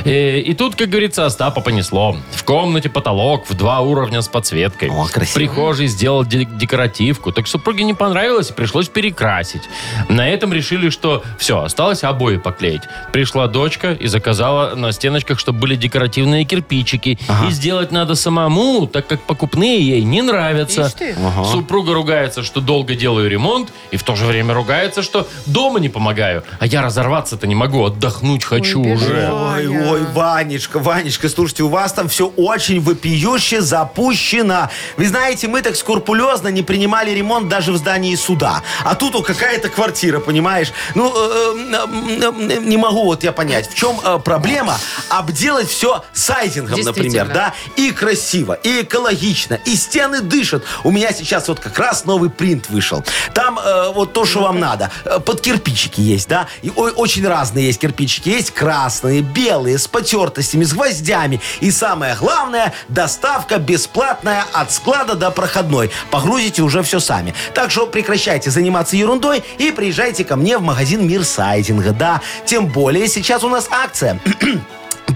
Э, и тут, как говорится, Остапа понесло. В комнате потолок в два уровня с подсветкой.
О, красиво.
В прихожей сделал де- декоративку. Так супруге не понравилось, и пришлось перекрасить. На этом решили, что все, осталось обои поклеить. Пришла дочка и заказала на стеночках, чтобы были декоративные кирпичики. И сделать надо самому, так как покупные ей не нравятся.
Ишь ты.
Супруга ругается, что долго делаю ремонт, и в то же время ругается, что дома не помогаю. А я разорваться-то не могу, отдохнуть хочу
бедная.
уже.
Ой,
Ваня.
ой, Ванечка, Ванечка, слушайте, у вас там все очень вопиюще запущено. Вы знаете, мы так скрупулезно не принимали ремонт даже в здании суда. А тут о, какая-то квартира, понимаешь? Ну, э, э, м, э, не могу вот я понять, в чем э, проблема обделать все сайдингом, например,
Действительно.
да? И красиво, и экологично, и стены дышат. У меня сейчас вот как раз новый принт вышел. Там э, вот то, что вам надо. Э, Под кирпичики есть, да? И о- очень разные есть кирпичики. Есть красные, белые, с потертостями, с гвоздями. И самое главное, доставка бесплатная от склада до проходной. Погрузите уже все сами. Так что прекращайте заниматься ерундой и приезжайте ко мне в магазин Мир Сайдинга, да? Тем более сейчас у нас акция.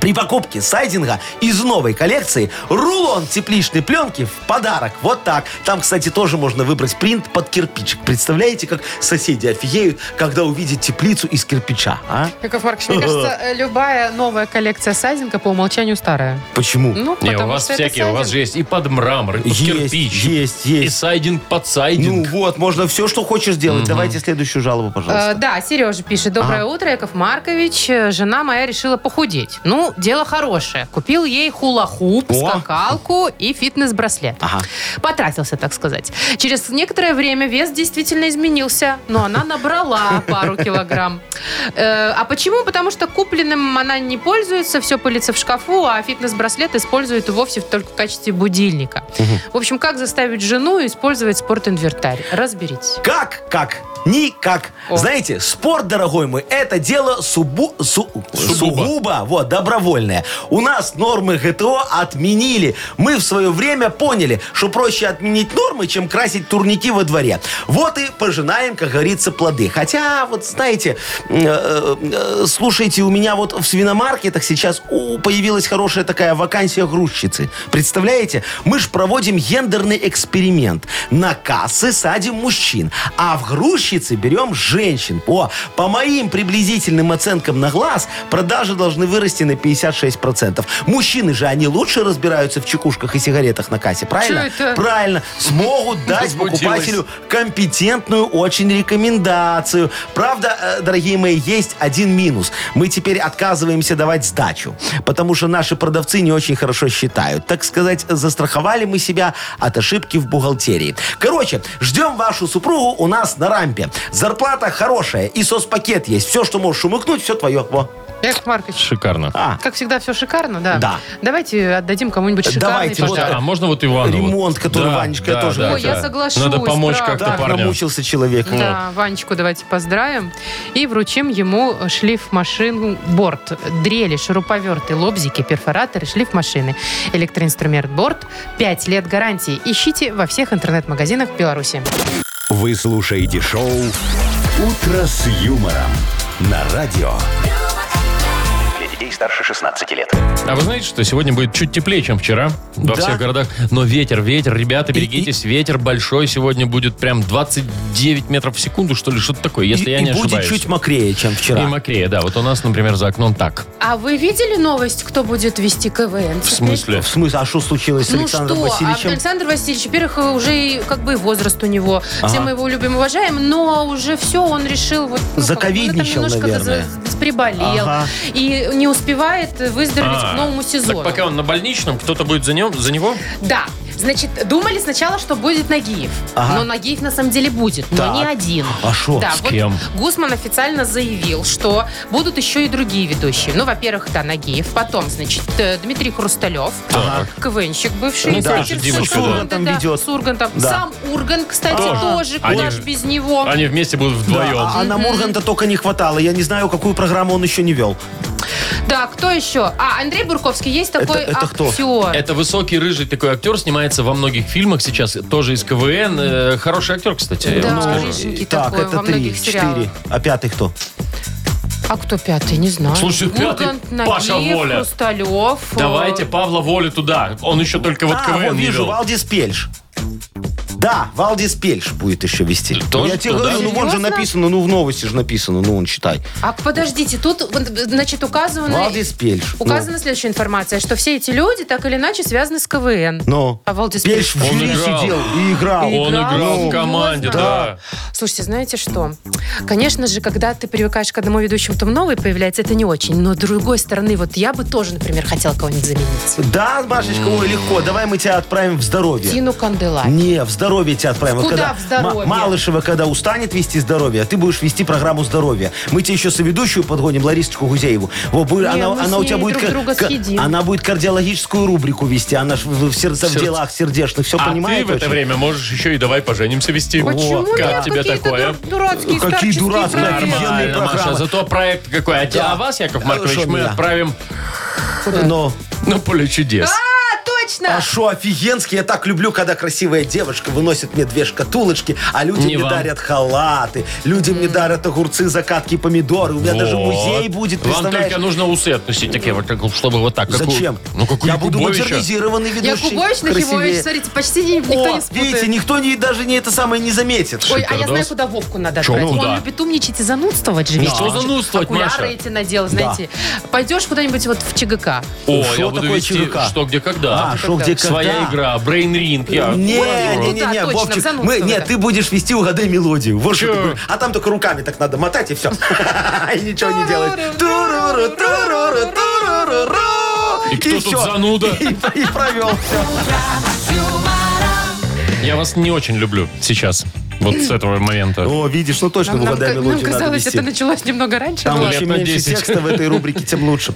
При покупке сайдинга из новой коллекции рулон тепличной пленки в подарок. Вот так. Там, кстати, тоже можно выбрать принт под кирпичик. Представляете, как соседи офигеют, когда увидят теплицу из кирпича, а?
Яков Маркович, мне кажется, э, любая новая коллекция сайдинга по умолчанию старая.
Почему?
Ну,
Не, у
потому
вас
что это
всякие, у вас
сайдинг.
же есть и под мрамор, и под
Есть,
кирпич.
есть,
И
есть.
сайдинг под
Ну
сайдинг.
вот, можно все, что хочешь сделать. Давайте следующую жалобу,
Э,
пожалуйста.
Да, Сережа пишет. Доброе утро, Яков Маркович. Э, Жена моя решила похудеть. Ну, дело хорошее. Купил ей хула-хуп,
О.
скакалку и фитнес-браслет.
Ага.
Потратился, так сказать. Через некоторое время вес действительно изменился, но она набрала пару килограмм. Э, А почему? Потому что купленным она не пользуется, все пылится в шкафу, а фитнес-браслет использует вовсе только в качестве будильника. В общем, как заставить жену использовать спортинвертарь? Разберитесь.
Как? Как? Никак.
О.
Знаете, спорт, дорогой мой, это дело субу, су-
Сугубо.
сугубо вот, добровольное. У нас нормы ГТО отменили. Мы в свое время поняли, что проще отменить нормы, чем красить турники во дворе. Вот и пожинаем, как говорится, плоды. Хотя, вот знаете, э, э, слушайте, у меня вот в свиномаркетах сейчас у, появилась хорошая такая вакансия грузчицы. Представляете? Мы же проводим гендерный эксперимент. На кассы садим мужчин, а в грузчицы берем женщин. О, по моим приблизительным оценкам на глаз, продажи должны вырасти на 56%. Мужчины же, они лучше разбираются в чекушках и сигаретах на кассе, правильно?
Чё это?
Правильно. Смогут дать
Возмутилась.
покупателю компетентную очень рекомендацию. Правда, э, дорогие мои, есть один минус. Мы теперь отказываемся давать сдачу, потому что наши продавцы не очень хорошо считают. Так сказать, застраховали мы себя от ошибки в бухгалтерии. Короче, ждем вашу супругу у нас на рампе. Зарплата хорошая и соцпакет есть. Все, что можешь умыкнуть, все твое. Во.
Яков Маркович,
Шикарно.
А,
как всегда, все шикарно, да?
Да.
Давайте отдадим кому-нибудь шикарный
Давайте,
подарок.
Слушайте,
вот,
а можно вот Ивану? вот?
ремонт, который Ванечка тоже
Ой, я соглашусь,
Надо помочь
правда.
как-то
так
парню.
намучился человек.
Да, Ванечку давайте поздравим. И вручим ему шлиф машин борт. Дрели, шуруповерты, лобзики, перфораторы, шлиф машины. Электроинструмент борт. Пять лет гарантии. Ищите во всех интернет-магазинах Беларуси.
Вы слушаете шоу «Утро с юмором» на радио.
Для детей старше 16 лет.
А вы знаете, что сегодня будет чуть теплее, чем вчера во
Да?
всех городах. Но ветер, ветер, ребята, берегитесь. Ветер большой сегодня будет прям 29 метров в секунду, что ли, что-то такое, если
и,
я
и
не
будет
ошибаюсь.
чуть мокрее, чем
и
вчера.
мокрее, да. Вот у нас, например, за окном так.
А вы видели новость, кто будет вести КВН?
В смысле?
В смысле, а что случилось с
Ну
Александром
что,
Васильевичем?
а Александр Васильевич, во-первых, уже и как бы и возраст у него. Все
Ага.
мы его любим, уважаем, но уже все, он решил вот... ну, как бы,
Заковидничал,
он там немножко
наверное.
за- приболел.
Ага.
И не успевает выздороветь
А,
к новому
Так
сезону.
пока он на больничном, кто-то будет за, нем, за него?
Да. Значит, думали сначала, что будет Нагиев.
Ага.
Но Нагиев на самом деле будет,
Так.
но не один.
А шо?
Да,
С
вот
кем?
Гусман официально заявил, что будут еще и другие ведущие. Ну, во-первых, да, Нагиев. Потом, значит, э, Дмитрий Хрусталев.
Так.
КВНщик бывший.
Ну,
из
конечно,
Питерского
Димочка, да.
Урганта,
Там ведет.
С Ургантом.
Да.
Сам Ургант, кстати,
Тоже.
тоже.
Они-
Куда ж без него?
Они вместе будут вдвоем.
Да, а- а на Морганта только не хватало. Я не знаю, какую программу он еще не вел.
Да, кто еще? А, Андрей Бурковский. Есть такой
это кто?
актер.
Это высокий, рыжий такой актер, снимается во многих фильмах сейчас, тоже из КВН. Э, Хороший актер, кстати.
Да,
вам скажу.
рыженький
так,
такой, во
это три,
многих сериалах.
четыре. А пятый кто?
А кто пятый? Не знаю.
Слушай, пятый
Ургант,
Паша
Нагиев,
Воля.
Хрусталев.
Давайте Павла Волю туда. Он еще только вот
а,
КВН
вот
не
вижу,
вел.
Валдис Пельш. Да, Валдис Пельш будет еще вести.
Тоже
я тебе
туда?
говорю, ну вон же
Серьезно?
написано, ну в новости же написано, ну он читай.
А подождите, тут, значит, указано...
Валдис Пельш. ну.
Указана следующая информация, что все эти люди так или иначе связаны с КВН.
Но.
А Валдис
ну, Пельш в
Он
жюри
играл.
сидел и играл.
Он
Играл?
играл в
Ну,
команде,
серьезно?
да.
Слушайте, знаете что? Конечно же, когда ты привыкаешь к одному ведущему, то новый появляется, это не очень. Но с другой стороны, вот я бы тоже, например, хотела кого-нибудь заменить.
Да, Машечка, ой, легко. Давай мы тебя отправим в здоровье.
Тину Канделай.
Не, в здоровье тебя отправим. Вот
Куда
когда
в здоровье?
Ма- Малышева, когда устанет вести здоровье, а ты будешь вести программу здоровья. Мы тебе еще соведущую подгоним, Ларисочку Гузееву. Во, бу- она,
мы с
она у
ней
тебя будет
друг друга съедим.
она будет кардиологическую рубрику вести. Она ж в, в сердце- в
Сердце.
делах сердечных все
А ты
понимает.
в это
очень.
время можешь еще и давай поженимся вести.
Почему у меня
Как тебе
какие-то
такое?
дур- дурацкие
Какие
старческие
дурацкие,
проекты?
офигенные
Нормально, Маша,
программы.
зато проект какой. А, те-
Да.
а вас, Яков Маркович,
Шо
мы
меня?
отправим
Но,
на поле чудес.
А, точно!
а шо, офигенски, я так люблю, когда красивая девушка выносит мне две шкатулочки, а люди
Не
мне
вам.
дарят халаты, люди мне дарят огурцы, закатки, помидоры. У меня даже
Вот.
музей будет,
Вам
представляешь?
только нужно усы относить, такие вот, как- чтобы вот так. как у-
Зачем?
Ну, как у
я буду
Якубовича.
модернизированный
Я
ведущий.
Кубович Нахимович,
красивее.
смотрите, почти ни- никто
О,
не спутает.
видите, никто не, даже не это самое не заметит.
Ой, а я знаю,
Шикардос.
куда Вовку надо
Чё,
отправить.
ну
Он
куда?
любит умничать и занудствовать же вечером.
что занудствовать,
Окуляры
Маша?
эти надел, знаете. Пойдешь куда-нибудь вот в ЧГК.
О,
Шо
я буду
такое
вести
ЧГК?
что, где, когда.
а, шо, где, когда?
Своя игра, Brain Ring. Я...
Не,
Ну
не, не,
да,
не,
точно,
Вовчик,
занудство
мы,
это.
нет, ты будешь вести угадай мелодию. Вот что
Чё?
ты будешь. А там только руками так надо мотать и все. И ничего не делать. Туруру, туруру, туруру.
И кто тут
всё.
зануда?
И, и провел все.
Я вас не очень люблю сейчас. Вот с этого момента.
О, видишь, ну точно
Нам, нам
угадай
ка- нам
мелодию надо
казалось,
вести.
это началось немного раньше.
Там
было.
Лет
вообще
на
меньше
10.
текста в этой рубрике, тем лучше.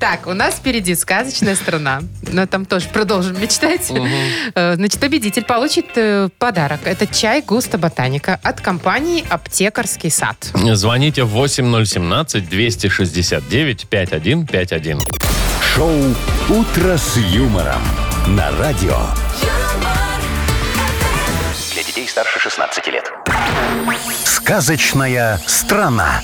Так, у нас впереди сказочная страна. Но там тоже продолжим мечтать. Э, Значит, победитель получит э, подарок. Это чай Густо Ботаника от компании Аптекарский сад.
Звоните 8017-269-5151.
Шоу «Утро с юмором» на радио.
Для детей старше 16 лет.
Сказочная страна.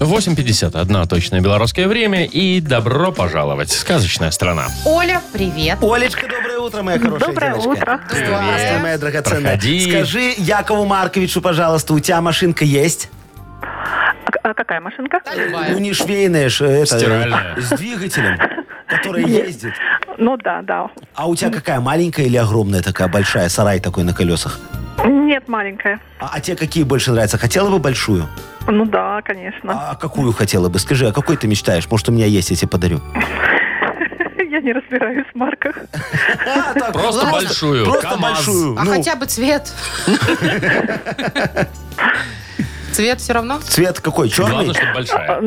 8.51 точное белорусское время. И добро пожаловать. Сказочная страна.
Оля, привет.
Олечка, доброе утро, моя хорошая
Доброе
девочка.
утро.
Здравствуй, моя драгоценная.
Проходи.
Скажи Якову Марковичу, пожалуйста, у тебя машинка есть?
А к- а какая машинка?
Ну, не швейная, ж, это, э,
Стиральная.
С двигателем, которая ездит.
Ну да, да.
А у тебя какая, маленькая или огромная такая, большая, сарай такой на колесах?
Нет, маленькая.
А, а тебе какие больше нравятся? Хотела бы большую?
Ну да, конечно.
А какую хотела бы? Скажи, а какой ты мечтаешь? Может, у меня есть, я тебе подарю.
Я не разбираюсь в марках.
А, так,
Просто большую.
Просто
КамАЗ.
большую.
А
Ну,
хотя бы цвет. Цвет все равно?
Цвет какой? Черный?
Главное, чтобы большая.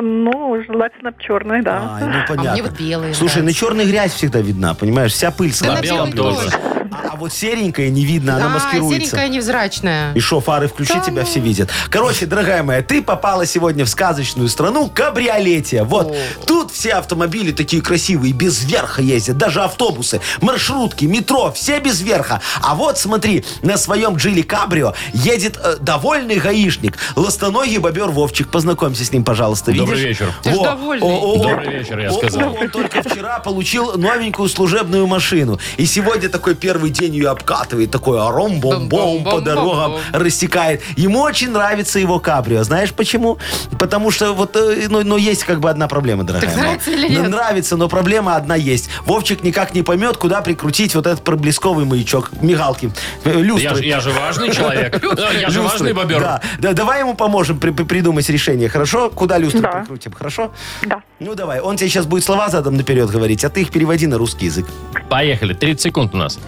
Ну, желательно черной, да.
Ай, ну понятно.
А мне вот белые
Слушай, ну на
нравятся.
черный грязь всегда видна, понимаешь? Вся пыль
Да
На
на
слаб-
белом
белый
тоже.
А, а вот серенькая не видно, она
а,
маскируется.
серенькая невзрачная.
И шо, фары включи, тебя
ну.
все видят. Короче, дорогая моя, ты попала сегодня в сказочную страну кабриолете. Вот. Тут все автомобили такие красивые, без верха ездят. Даже автобусы, маршрутки, метро, все без верха. А вот, смотри, на своем Джили Кабрио едет э, довольный гаишник, ластоногий бобер Вовчик. Познакомься с ним, пожалуйста.
Добрый
Видишь?
вечер.
Ты ж
Во.
довольный.
О, о, о.
Добрый вечер, я
О,
сказал.
Он только вчера получил новенькую служебную машину. И сегодня такой первый день ее обкатывает. Такой аром бом бом по
Бом-бом-бом-бом.
дорогам рассекает. Ему очень нравится его кабрио. Знаешь почему? Потому что вот, э, ну, но есть как бы одна проблема, дорогая.
Так
моя.
нравится или нет?
Ну, Нравится, но проблема одна есть. Вовчик никак не поймет, куда прикрутить вот этот проблесковый маячок, мигалки, э,
Я,
люстры.
же- я же важный человек. Я же
Люстры.
важный бобер.
Да, да, давай ему поможем при- при- придумать решение, хорошо? Куда люстру
Да.
прикрутим, хорошо?
Да.
Ну давай, он тебе сейчас будет слова задом наперед говорить, а ты их переводи на русский язык.
Поехали. 30 секунд у нас.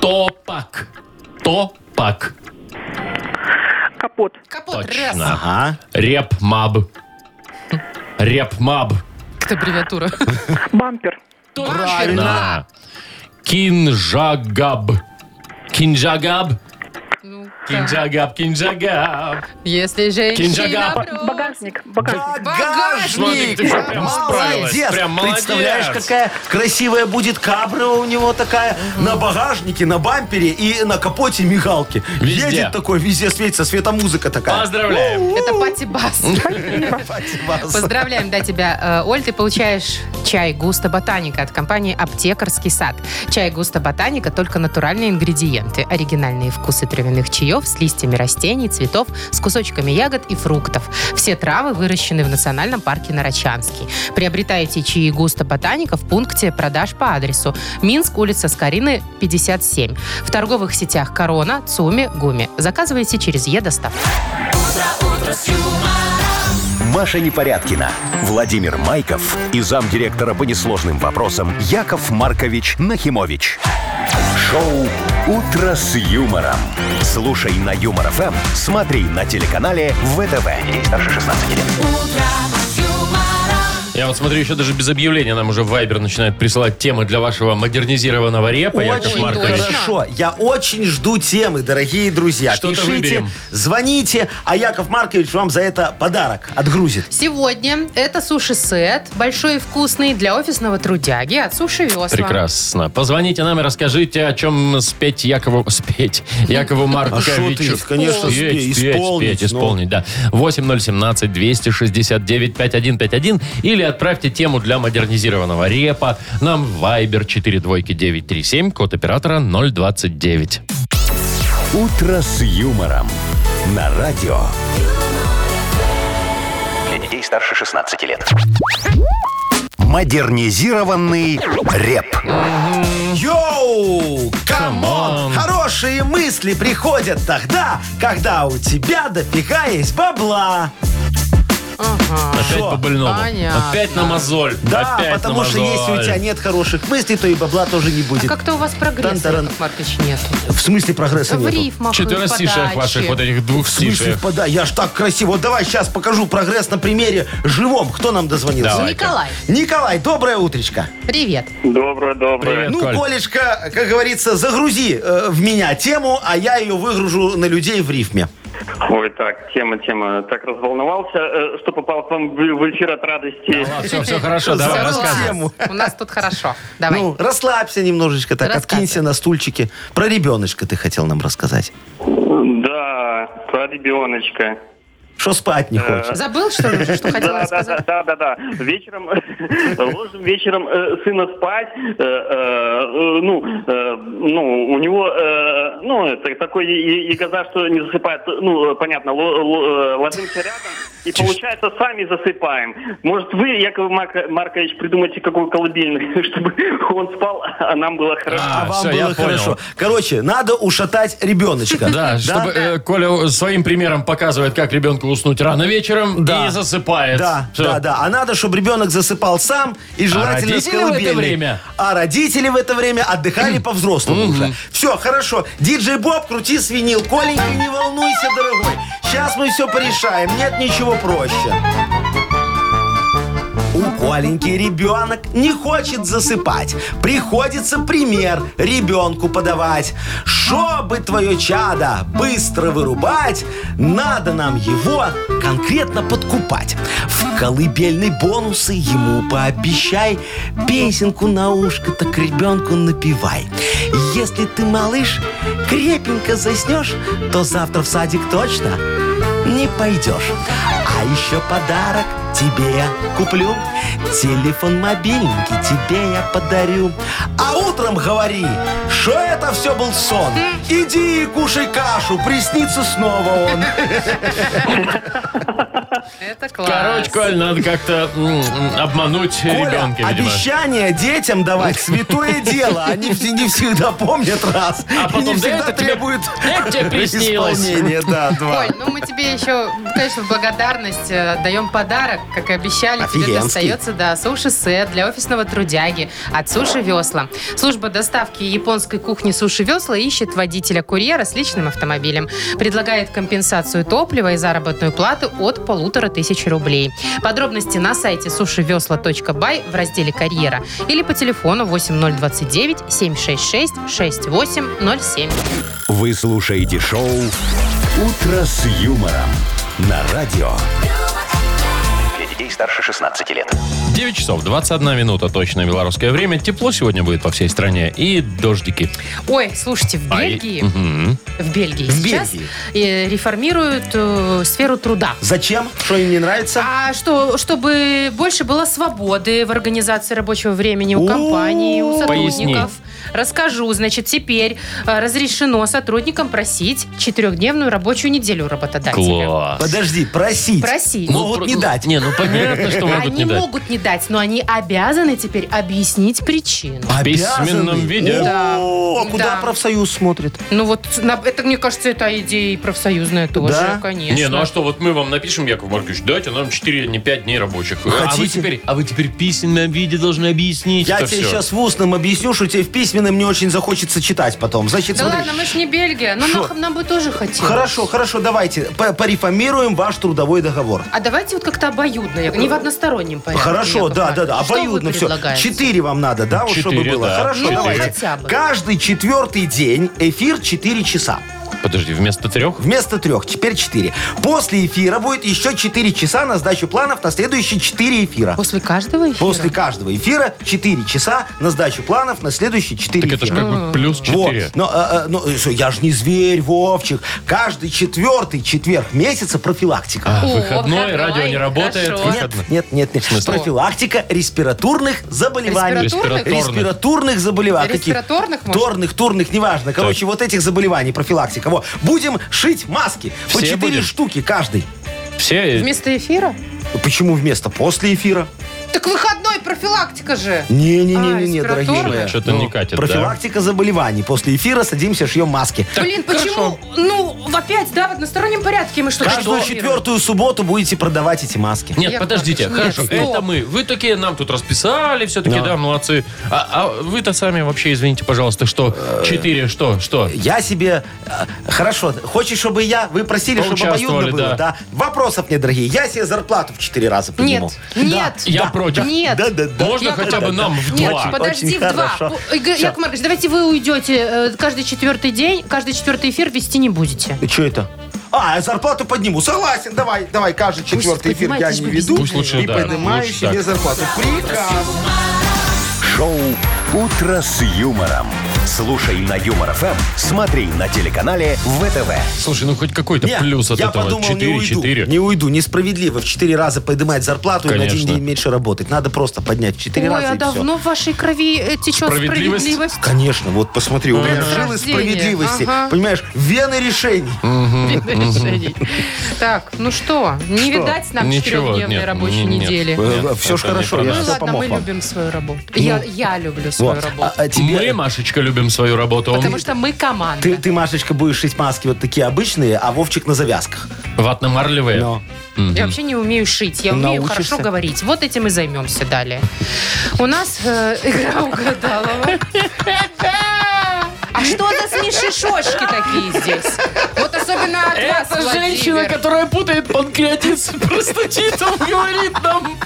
Топак. Топак.
Капот.
Капот, раз.
Точно.
Ага.
Репмаб. Репмаб.
Это аббревиатура.
Бампер.
Правильно. Кинжагаб. Кинжагаб.
Ну, да.
Кинжагаб, кинжагаб.
Если женщина...
Кинжага.
просит-
Багажник. Багажник.
Смотри, ты что, прям справилась.
Молодец!
Прям молодец.
Представляешь, какая красивая будет кабра у него такая на багажнике, на бампере и на капоте мигалки.
Везде.
Едет такой, везде светится, светомузыка такая.
Поздравляем.
Это пати-бас.
Поздравляю.
Поздравляем, да, тебя, э, Оль. Ты получаешь чай «Густо Ботаника» от компании «Аптекарский сад». Чай «Густо Ботаника» только натуральные ингредиенты. Оригинальные вкусы травяных чаев с листьями растений, цветов, с кусочками ягод и фруктов. Все травы выращены в Национальном парке Нарочанский. Приобретайте чаи «Густо Ботаника» в пункте продаж по адресу Минск, улица Скорины, 57. В торговых сетях «Корона», «Цуми», «Гуми». Заказывайте через «Е-доставку».
Маша Непорядкина, Владимир Майков и замдиректора по несложным вопросам Яков Маркович Нахимович. Шоу «Утро с юмором». Слушай на Юмор ФМ, смотри на телеканале ВТВ. Здесь старше 16 лет.
Я вот смотрю, еще даже без объявления нам уже Вайбер начинает присылать темы для вашего модернизированного репа, Яков
Очень
Маркович.
хорошо. Я очень жду темы, дорогие друзья.
Что-то
Пишите,
выберем.
звоните, а Яков Маркович вам за это подарок отгрузит.
Сегодня это суши-сет, большой и вкусный, для офисного трудяги от Суши Весла.
Прекрасно. Позвоните нам и расскажите, о чем спеть Якову... Спеть. Якову Марковичу.
А шо ты, конечно, спе- исполнить, ну.
Спеть, исполнить, да. 8017-269-5151. Или отправьте тему для модернизированного репа нам в Viber 42937, код оператора 029.
«Утро с юмором» на радио.
Для детей старше 16 лет.
Модернизированный реп.
Йоу!
Камон!
Камон! Хорошие мысли приходят тогда, когда у тебя дофига есть бабла.
Ага. А
Опять
Всё.
по-больному.
Понятно.
Опять на мозоль.
Да,
Опять
потому
на
что если у
мозоль.
тебя нет хороших мыслей, то и бабла тоже не
А
будет.
Как-то у вас прогресса,
Тан-таран.
Яков Маркович, нету.
В смысле прогресса
В
нету?
рифмах, в
Четверостишиях
подаче. Ну,
ваших, вот этих двух
В смысле,
стишек.
пода- я ж так красиво. Вот давай сейчас покажу прогресс на примере живом. Кто нам дозвонился?
Давай.
Николай,
Николай, доброе утречко.
привет.
Доброе, доброе.
Привет,
ну,
Коль.
Колечка, как говорится, загрузи э, в меня тему, а я ее выгружу на людей в рифме.
Ой, так, тема, тема. Так разволновался, э, что попал к вам в в эфир от радости.
Все, все хорошо, давай,
Всё,
Всё,
рассказывай.
Тему.
класс. У нас тут хорошо. Давай.
Ну, расслабься немножечко так,
Рассказывай.
откинься на стульчике. Про ребеночка ты хотел нам рассказать.
Да, про ребеночка.
Что спать не хочешь?
Забыл, что ли, что хотела
Да, да,
сказать?
да, да, да, да. Вечером ложим вечером э, сына спать. э, э, э, Ну, э, ну, у него, э, ну, это такой и- и- ягоза, что не засыпает. Ну, э, понятно, ло- ло- э, ложимся рядом. И получается, сами засыпаем. Может, вы, Яков Марко- Маркович, придумайте какую колыбельную, чтобы он спал, а нам было хорошо.
А,
А вам
всё, я
было
понял.
хорошо. Короче, надо ушатать ребеночка.
Да, чтобы э, Коля своим примером показывает, как ребенку уснуть рано вечером
Да.
и засыпает.
Да,
Всё. А
да, да. А надо, чтобы ребенок засыпал сам и желательно с
родители в это
колыбельной.
время?
А родители в это время отдыхали по-взрослому уже. Все, хорошо. Диджей Боб, крути свинил. Коленька, не волнуйся, дорогой. Сейчас мы все порешаем. Нет ничего проще. У Коленьки ребенок не хочет засыпать. Приходится пример ребенку подавать. Чтобы твое чадо быстро вырубать, надо нам его конкретно подкупать. В колыбельной бонусы ему пообещай, песенку на ушко так ребенку напевай. Если ты, малыш, крепенько заснешь, то завтра в садик точно не пойдешь. А еще подарок тебе я куплю. Телефон мобильненький тебе я подарю. А утром говори, что это все был сон. Иди и кушай кашу, приснится снова он.
Это класс.
Короче, Коль, надо как-то м, м, обмануть
Коля,
ребенка, видимо.
обещания детям давать святое дело. Они вс- не всегда помнят раз.
А
И не
потом, да
всегда
это тебе-
требует
это тебе приснилось.
исполнения. Да, два.
Коль, ну мы тебе еще, конечно, в благодарность э, даем подарок, как и обещали. Тебе
Офигенский.
достается, да, суши-сет для офисного трудяги от Суши Весла. Служба доставки японской кухни Суши Весла ищет водителя-курьера с личным автомобилем. Предлагает компенсацию топлива и заработную плату от полутора тысяч рублей. Подробности на сайте сушивесла.бай в разделе «Карьера» или по телефону 8029 766 6807.
Вы слушаете шоу «Утро с юмором» на радио.
Для детей старше 16 лет.
9 часов 21 минута точное белорусское время. Тепло сегодня будет по всей стране. И дождики.
Ой, слушайте, в
А, и-
Бельгии...
Мгм.
В Бельгии
В
сейчас
Бельгии.
э, реформируют э, сферу труда.
Зачем? Что им не нравится?
А что, чтобы больше было свободы в организации рабочего времени у компании, у сотрудников. Расскажу, значит, теперь э, разрешено сотрудникам просить четырехдневную рабочую неделю у работодателя.
Класс.
Подожди, просить.
Просить.
Ну, Могут
про-
не дать.
Не, ну понятно, что могут
они
не дать.
могут не дать, но они обязаны теперь объяснить причину.
В
письменном виде.
О, а
Да.
куда
Да.
профсоюз смотрит?
Ну вот, на- это, мне кажется, это идея и профсоюзная тоже,
Да?
конечно.
Не, ну а что, вот мы вам напишем, Яков Маркович, дайте нам 4, не 5 дней рабочих. А вы
Хотите?
теперь, а вы теперь в письменном виде должны объяснить
Я
это
тебе
всё.
сейчас в устном объясню, что тебе в письменном не очень захочется читать потом. Значит,
Да
смотри.
ладно, мы ж не Бельгия, но
Шо?
нахам нам бы тоже хотелось.
Хорошо, хорошо, давайте по- пореформируем ваш трудовой договор.
А давайте вот как-то обоюдно, Яков- не в одностороннем порядке.
Хорошо,
Яков
да, да, да,
Маркович. Что
обоюдно
вы
все.
предлагаете? Ну,
Четыре вам надо, да, вот чтобы
Четыре,
было.
да,
Хорошо,
четыре.
давайте.
Хотя бы.
Каждый четвертый день эфир 4 часа.
Подожди, вместо трех?
Вместо трех, теперь 4. После эфира будет еще 4 часа на сдачу планов на следующие 4 эфира.
После каждого эфира?
После каждого эфира 4 часа на сдачу планов на следующие 4
Так это же
эфира.
как бы плюс
Вот.
4.
Но, э, э, но, э, что, я же не зверь, Вовчик. Каждый четвертый четверг месяца профилактика.
А,
О,
выходной,
выходной,
радио не работает.
хорошо.
Нет,
выходной.
нет, нет, нет. Профилактика респираторных заболеваний.
Респираторных?
Респираторных.
Респираторных заболеваний. Каких?
Респираторных, может?
Торных, турных, неважно. Короче, вот этих заболеваний профилактика. Во. Будем шить маски. По
Все
4
будем?
штуки каждый.
Все
Вместо эфира?
Почему вместо после эфира?
Так выходной Ой, профилактика же.
Не-не-не, дорогие
А, респираторная?
мои.
Что-то не
Ну,
катит, да.
Профилактика заболеваний. После эфира садимся, шьем маски.
Блин, почему? Ну, опять, да, в одностороннем порядке мы что-то
Каждую
что-то
четвертую субботу будете продавать эти маски.
Нет,
Яков
подождите,
Маркович,
хорошо,
нет, стоп.
это мы. Вы такие нам тут расписали, все таки да,
Да.
молодцы. А, а вы-то сами вообще, извините, пожалуйста, что?
Э,
Четыре, что, что?
Я себе... э, Хорошо, хочешь, чтобы я... Вы просили, чтобы
Поучаствовали,
обоюдно было,
да.
да. Вопросов мне, дорогие. Я себе зарплату в 4 раза подниму.
Нет, нет.
Я против.
Нет.
Да, да, да.
Можно
Я
хотя бы
против.
нам в
Нет,
два?
подожди,
Очень
в два.
хорошо.
Ой, Г- Яков Маркович, давайте вы уйдете э, каждый четвертый день, каждый четвертый эфир вести не будете.
Что это? А, я зарплату подниму. Согласен, давай, давай, каждый четвертый эфир я
поднимайтесь
не
бы
веду.
без Пусть лучше,
и
да,
поднимаю
лучше
себе
так.
зарплату. Приказ.
Шоу «Утро с юмором». Слушай на Юмор ФМ, смотри на телеканале ВТВ.
Слушай, ну хоть какой-то
Не,
плюс от
я
этого.
подумал, не
Четыре,
уйду.
четыре.
Не уйду, несправедливо в 4 раза поднимать зарплату и на
Конечно.
день день меньше работать. Надо просто поднять в 4
Ой,
раза
а
и все.
давно в вашей крови э, течет
Справедливость?
справедливость.
Конечно, вот посмотри, у меня
Ага.
жилы
Рождение,
справедливости.
ага.
Понимаешь, вены решений.
Решений. Так, ну что, не видать нам
Ничего,
четырехдневной
нет,
рабочей
нет.
недели.
все ж
это не
хорошо,
про
я
нас.
Ну
Э, всё
ладно, мы
помог вам.
любим свою работу. Я, я люблю свою
Вот.
работу.
А- а тебе-
Мы, Машечка, любим свою работу. Он
потому что мы команда.
Ты, ты, Машечка, будешь шить маски вот такие обычные, а Вовчик на завязках. Ну,
ватно-марлевые.
Но.
Я вообще не умею шить, я умею
Научишься.
хорошо говорить. Вот этим и займемся далее. У нас э, игра угадалова. А что за смешишочки такие здесь? Вот особенно от вас, Владимир.
которая путает панкреатит с простатитом, говорит нам.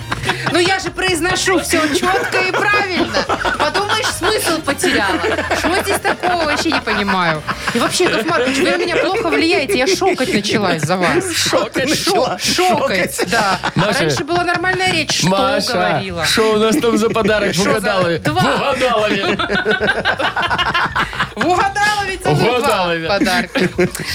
Ну я же произношу все четко и правильно. Подумаешь, смысл потеряла. Что здесь такого, вообще не понимаю. И вообще, Яков Маркович, вы на меня плохо влияете. Я шокать начала из-за вас. Шокать.
начала?
шокать, да.
Маша.
Раньше была нормальная речь, что
Маша,
говорила.
что у нас там за подарок в
Что за
угадалове?
два?
В угадалове.
Угадала ведь уже
Угадала, да.
два подарка.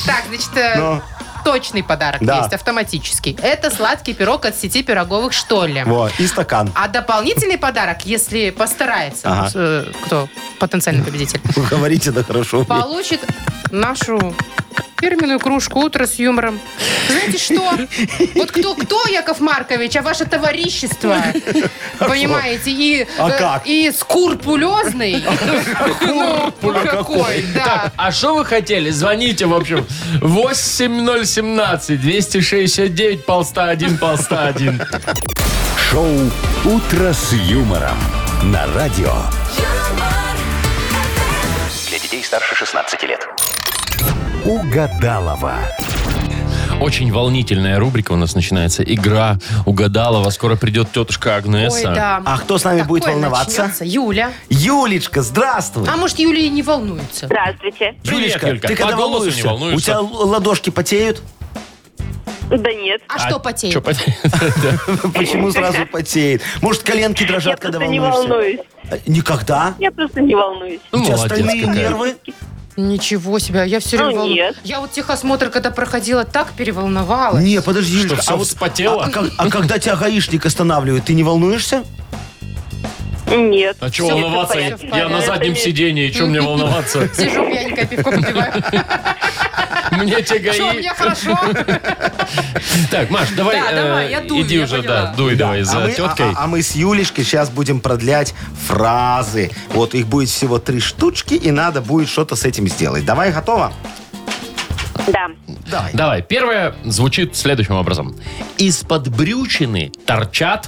Так, значит, э, точный подарок
Да.
есть, автоматический. Это сладкий пирог от сети пироговых «Что ли?».
Вот, и стакан.
А дополнительный подарок, если постарается,
Ага.
э, кто потенциальный победитель,
Вы говорите, да хорошо. умеете.
получит нашу фирменную кружку «Утро с юмором». Знаете что? Вот кто, кто, Яков Маркович, а ваше товарищество, понимаете, и,
А
э,
как?
и скурпулезный, ну, ну, какой, да.
Так, а что вы хотели? Звоните, в общем, 8017 269 полста 1 полста 1.
Шоу «Утро с юмором» на радио.
Для детей старше 16 лет.
Угадалова.
Очень волнительная рубрика у нас начинается. Игра угадалова. Скоро придет тетушка
Ой,
Агнеса.
да.
А кто с нами
Такое
будет волноваться?
начнется. Юля.
Юлечка, здравствуй.
А может, Юля и не волнуется?
Здравствуйте.
Юлечка,
Юлечка, ты
по
когда
голосу не
волнуешься?
волнуешься?
У тебя л- ладошки потеют?
Да нет.
А, что потеет?
Чё, потеет?
Почему сразу потеет? Может, коленки
Я
дрожат, когда
просто не
волнуешься?
волнуюсь.
Э, Никогда?
Я просто не волнуюсь.
Ну,
У тебя
Молодец
остальные
какая.
нервы?
Ничего себе, я все время
Ну,
волну-
нет.
Я вот техосмотр, когда проходила, так переволновалась.
Не, подожди, Юлечка.
всё вспотело?
а как- а когда тебя гаишник останавливает, ты не волнуешься?
Нет.
А чего
Всё в
волноваться? Я,
порядке.
я на заднем
Это
сидении. Чем мне волноваться?
Сижу пьяненькая, пивко попиваю.
Мне те
Что,
ГАИ.
мне хорошо?
Так, Маш, давай,
Да,
э,
давай, я дую,
иди
я
уже,
поняла.
да, дуй давай
а,
за
мы, а-
теткой.
а- а мы с Юлечкой сейчас будем продлять фразы. Вот их будет всего три штучки, и надо будет что-то с этим сделать. Давай, готово?
не- Да.
Давай.
Давай, первое звучит следующим образом. Из-под брючины торчат,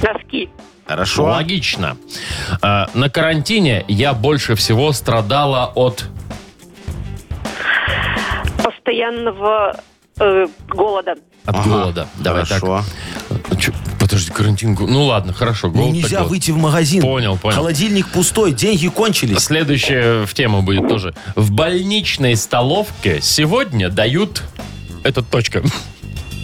Носки.
Хорошо.
логично. Э, на карантине я больше всего страдала от...
Постоянного э, голода.
От
Ага,
голода. Давай
Хорошо.
так. Чё, подожди, карантин. го- Ну ладно, хорошо,
Ну,
голод. так
нельзя
голод.
выйти в магазин.
Понял, понял.
Холодильник пустой, деньги кончились.
Следующее в тему будет тоже. В больничной столовке сегодня дают... Это точка.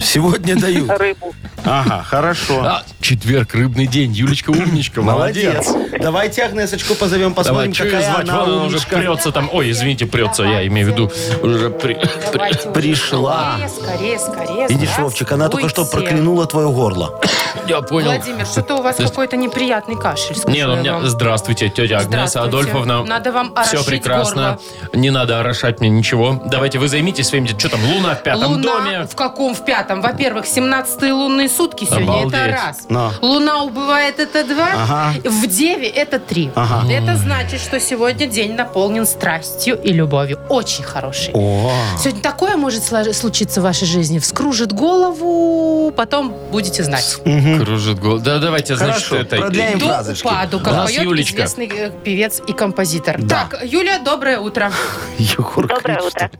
Сегодня дают.
Рыбу.
Ага, хорошо.
А, четверг, рыбный день. Юлечка умничка, молодец.
Молодец. Давайте Агнесочку позовем,
Давай,
посмотрим,
что ее
какая
звать?
она
Вон она уже
умничка.
прется там. Ой, извините, прется, я имею в виду. Уже при- при-
Давайте уже.
пришла.
Скорее, скорее, скорее.
Видишь, Вовчик, она только что
Здравствуйте.
проклянула твое горло.
Я понял.
Владимир, что-то у вас
Здравствуйте.
какой-то неприятный кашель. скажу
Не, ну у
я
меня...
вам.
Здравствуйте, тетя Агнеса
Здравствуйте.
Адольфовна.
Надо вам
Все
орошить
прекрасно.
горло.
Не надо орошать мне ничего. Давайте вы займитесь своим... де- Что а там, луна в пятом
Луна
доме?
в каком? В пятом. Во-первых, 17-й лунный сутки сегодня, это
Обалдеть.
раз.
Но.
Луна убывает, это два.
Ага.
В Деве это три.
Ага.
Это значит, что сегодня день наполнен страстью и любовью. Очень хороший.
О,
Сегодня такое может слож- случиться в вашей жизни. Вскружит голову, потом будете знать.
Кружит голову. Да, давайте, значит,
Хорошо,
это...
продляем.
До
фразочки.
упаду, как
Да.
поет
Юлечка.
известный э, певец и композитор.
Да.
Так, Юля, доброе утро.
Егор
Доброе
кричит.
утро.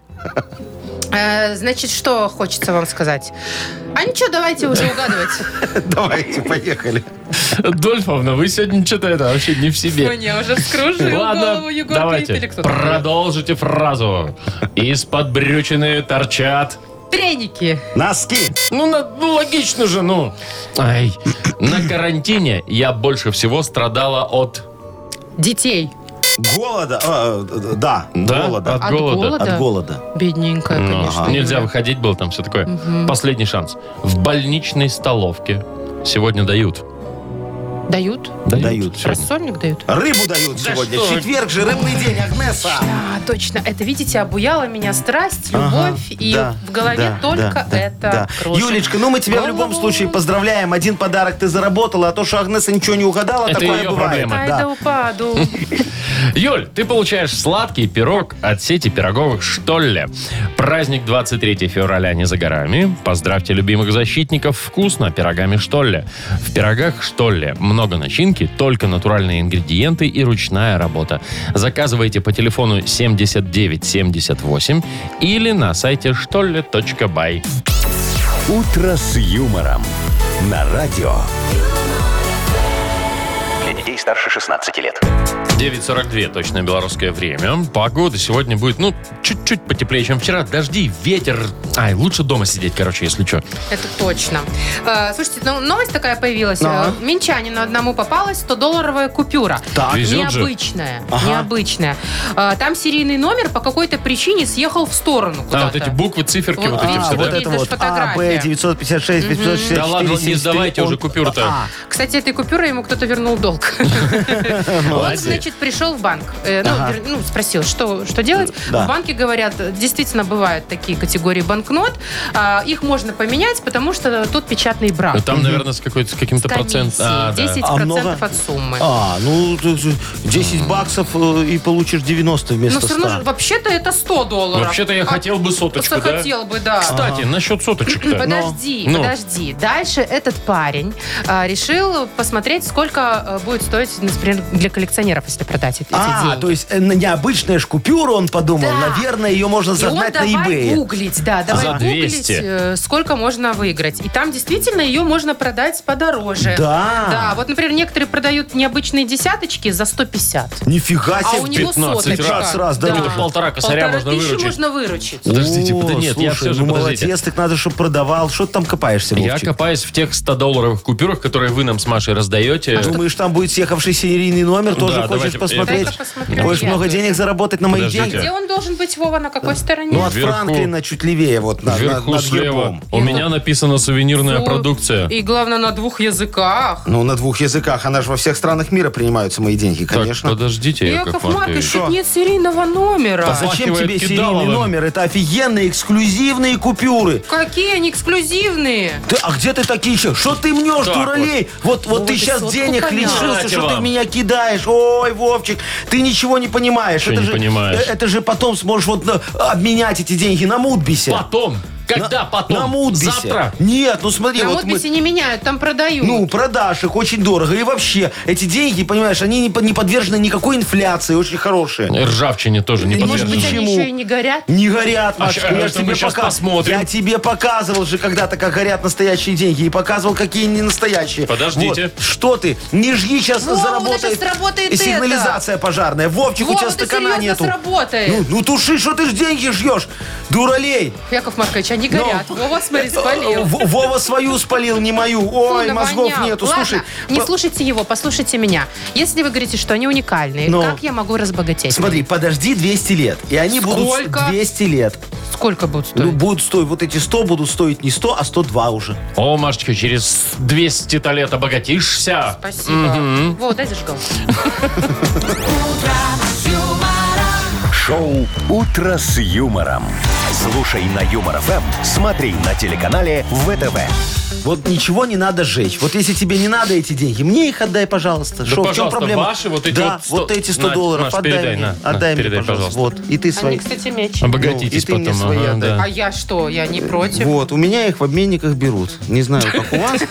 Э, значит, что хочется вам сказать? А ничего, давайте уже угадывать.
Давайте, поехали.
Дольфовна, вы сегодня что-то это вообще не в себе.
Мне уже вскружил голову
Ладно,
Егор Крид или
давайте,
кто-то.
продолжите фразу. Из-под брючины торчат...
Треники.
Носки.
Ну, на- ну, логично же, ну. Ай. На карантине я больше всего страдала от...
Детей.
Голода. а, э, да,
Да?
голода.
От голода.
От голода.
Бедненькая,
Ну,
конечно.
ага. Нельзя выходить было, там все такое. Последний шанс. В больничной столовке сегодня дают.
Дают?
Дают.
сегодня.
Рассольник дают?
Рыбу дают
Да
сегодня.
что вы.
Четверг же, рыбный день, Агнеса.
А, точно. Это, видите, обуяла меня страсть, любовь,
Ага,
и
да,
в голове
да,
только
да, да,
это
да.
кружит.
Юлечка, ну мы тебя в любом
Голову.
случае поздравляем. Один подарок ты заработала, а то, что Агнеса ничего не угадала,
Это
такое
ее
бывает.
проблема.
Ай
Да.
да упаду.
Юль, ты получаешь сладкий пирог от сети пироговых «Штолле». Праздник 23 февраля не за горами. Поздравьте любимых защитников вкусно пирогами «Штолле». В пирогах «Штолле» много начинки, только натуральные ингредиенты и ручная работа. Заказывайте по телефону 7978 или на сайте «Штолле.бай».
«Утро с юмором» на радио.
Для детей старше 16 лет.
9.42 точно белорусское время. Погода сегодня будет, ну, чуть-чуть потеплее, чем вчера. Дожди, ветер. Ай, лучше дома сидеть, короче, если что.
Это точно. Э, Слушайте, ну, новость такая появилась.
Ага.
Э, Минчанину одному попалась 100-долларовая купюра.
Так.
Везет же.
необычная.
Ага.
Необычная. Э, Там серийный номер по какой-то причине съехал в сторону
А,
куда-то.
вот эти буквы, циферки,
Вот
вот, эти
видите,
все,
вот
да?
это Есть даже
А,
фотография.
Б, 956, 564,
Да ладно, не
73,
сдавайте
он-
уже купюру-то.
А,
Кстати, этой купюрой ему кто-то вернул долг. Он, значит, пришел в банк. Э, ну,
Ага.
вер- Ну, спросил, что что делать.
Да.
В банке говорят, действительно бывают такие категории банкнот. А, Их можно поменять, потому что тут печатный брак.
Ну, Там, наверное, с, какой-то, с каким-то процентом. А, да.
Комиссии 10%
А много?
от суммы.
А, ну, ты- ты 10 баксов э, и получишь 90
Но
вместо
все Ну, равно, же,
100.
вообще-то это 100 долларов.
Вообще-то я
А
хотел бы соточку, да?
Хотел бы, да.
Кстати, насчет соточек-то.
Подожди,
Ну.
подожди. Дальше этот парень а, решил посмотреть, сколько а, будет стоить, например, для коллекционеров, если продать эти
А,
деньги.
то есть э, на необычная ж купюра, он подумал.
Да.
Наверное, ее можно
И он
загнать на
давай
eBay.
гуглить, да, давай
За
гуглить,
200.
э, сколько можно выиграть. И там действительно ее можно продать подороже. Да,
Да.
вот, например, некоторые продают необычные десяточки за 150.
Нифига
А у
себе.
него
15
соточка.
раз. 15 раз, да.
Это полтора косаря
Полтора
можно
тысячи
выручить.
можно выручить.
Подождите,
О,
да нет, я
слушай,
все же,
ну
подождите.
молодец, так надо, чтобы продавал. Что ты там копаешься,
Я
Вовчик?
копаюсь в тех 100-долларовых купюрах, которые вы нам с Машей
А
раздаете.
Думаешь, там будет съехавший серийный номер, тоже
Да,
хочешь
давайте,
посмотреть?
Дай-ка посмотрю.
Хочешь много денег заработать на мои
Подождите.
деньги?
Где он должен быть, Вова, на какой стороне?
Ну, от
Вверху.
Франклина чуть левее, вот на- на-
Вверху
над
слева.
гербом.
У меня написано сувенирная
Фу.
продукция.
И главное, на двух языках.
Ну, на двух языках. Она же во всех странах мира принимаются мои деньги,
Так,
конечно.
подождите, Яков Маркович.
тут нет серийного номера.
Да
Зачем
Махивает
тебе
кидаловым.
серийный номер? Это офигенные эксклюзивные купюры.
Какие они эксклюзивные.
Ты- а где ты такие еще? Что ты мнешь,
Так
дуралей? Вот, вот,
Ну,
ты
вот и
сейчас
сотку
денег
поняла.
лишился,
Нате
что ты
вам.
меня кидаешь. Ой, Вовчик, ты ничего не понимаешь.
Что не
же,
понимаешь?
э, это же потом сможешь вот на- обменять эти деньги на Мудбисе.
Потом. Когда потом?
На Мудбисе.
Завтра.
Нет, ну смотри,
На
вот мы-
Модбисе не меняют, там продают.
Ну, продашь их очень дорого. И вообще, эти деньги, понимаешь, они не, по- не подвержены никакой инфляции, очень хорошие.
Ржавчине тоже не
Может
Может быть,
подвержено.
они
почему?
еще и не горят?
Не горят, Машка.
ща-
я,
А это
ж
мы
тебе
щас
пока-
посмотрим.
я тебе показывал же когда-то, как горят настоящие деньги. И показывал, какие не настоящие.
Подождите.
Вот. Что ты? Не жги, сейчас
Вова, у меня
заработает
Ну, щас сработает это.
сигнализация пожарная. Вовчик, у
Вова,
тебя
это
стакана
серьезно
нету.
сработает.
Ну, ну туши, что ты ж деньги жьешь? Дуралей.
Яков Маркович, они
Ну.
горят. Вова, смотри, спалил.
В- Вова свою спалил, не мою.
Фу,
Ой,
навонял.
мозгов нету.
Ладно,
Слушай,
не
по-
слушайте его, послушайте меня. Если вы говорите, что они уникальные,
Ну.
как я могу разбогатеть?
Смотри, подожди 200 лет. И они будут
Сколько?
200 лет.
Сколько будет стоить?
Ну, будут стоить, вот эти 100 будут стоить не 100, а 102 уже.
О, Машечка, через 200 лет обогатишься.
Спасибо. Вова, дай зажигал.
Шоу «Утро с юмором». Слушай на Юмор ФМ, смотри на телеканале ВТВ.
Вот ничего не надо жечь. Вот если тебе не надо эти деньги, мне их отдай, пожалуйста. Шо, в чем
пожалуйста,
проблема?
ваши вот эти
да,
вот сто-
вот эти 100
На,
долларов
Маш,
отдай
передай,
мне.
на, на,
отдай мне,
передай,
пожалуйста. Вот, и ты
Они,
свои.
кстати, меч.
Обогатитесь
Ну, и ты мне
потом.
свои
ага,
отдай.
да.
А я что? Я не против.
Вот, у меня их в обменниках берут. Не знаю, как у вас.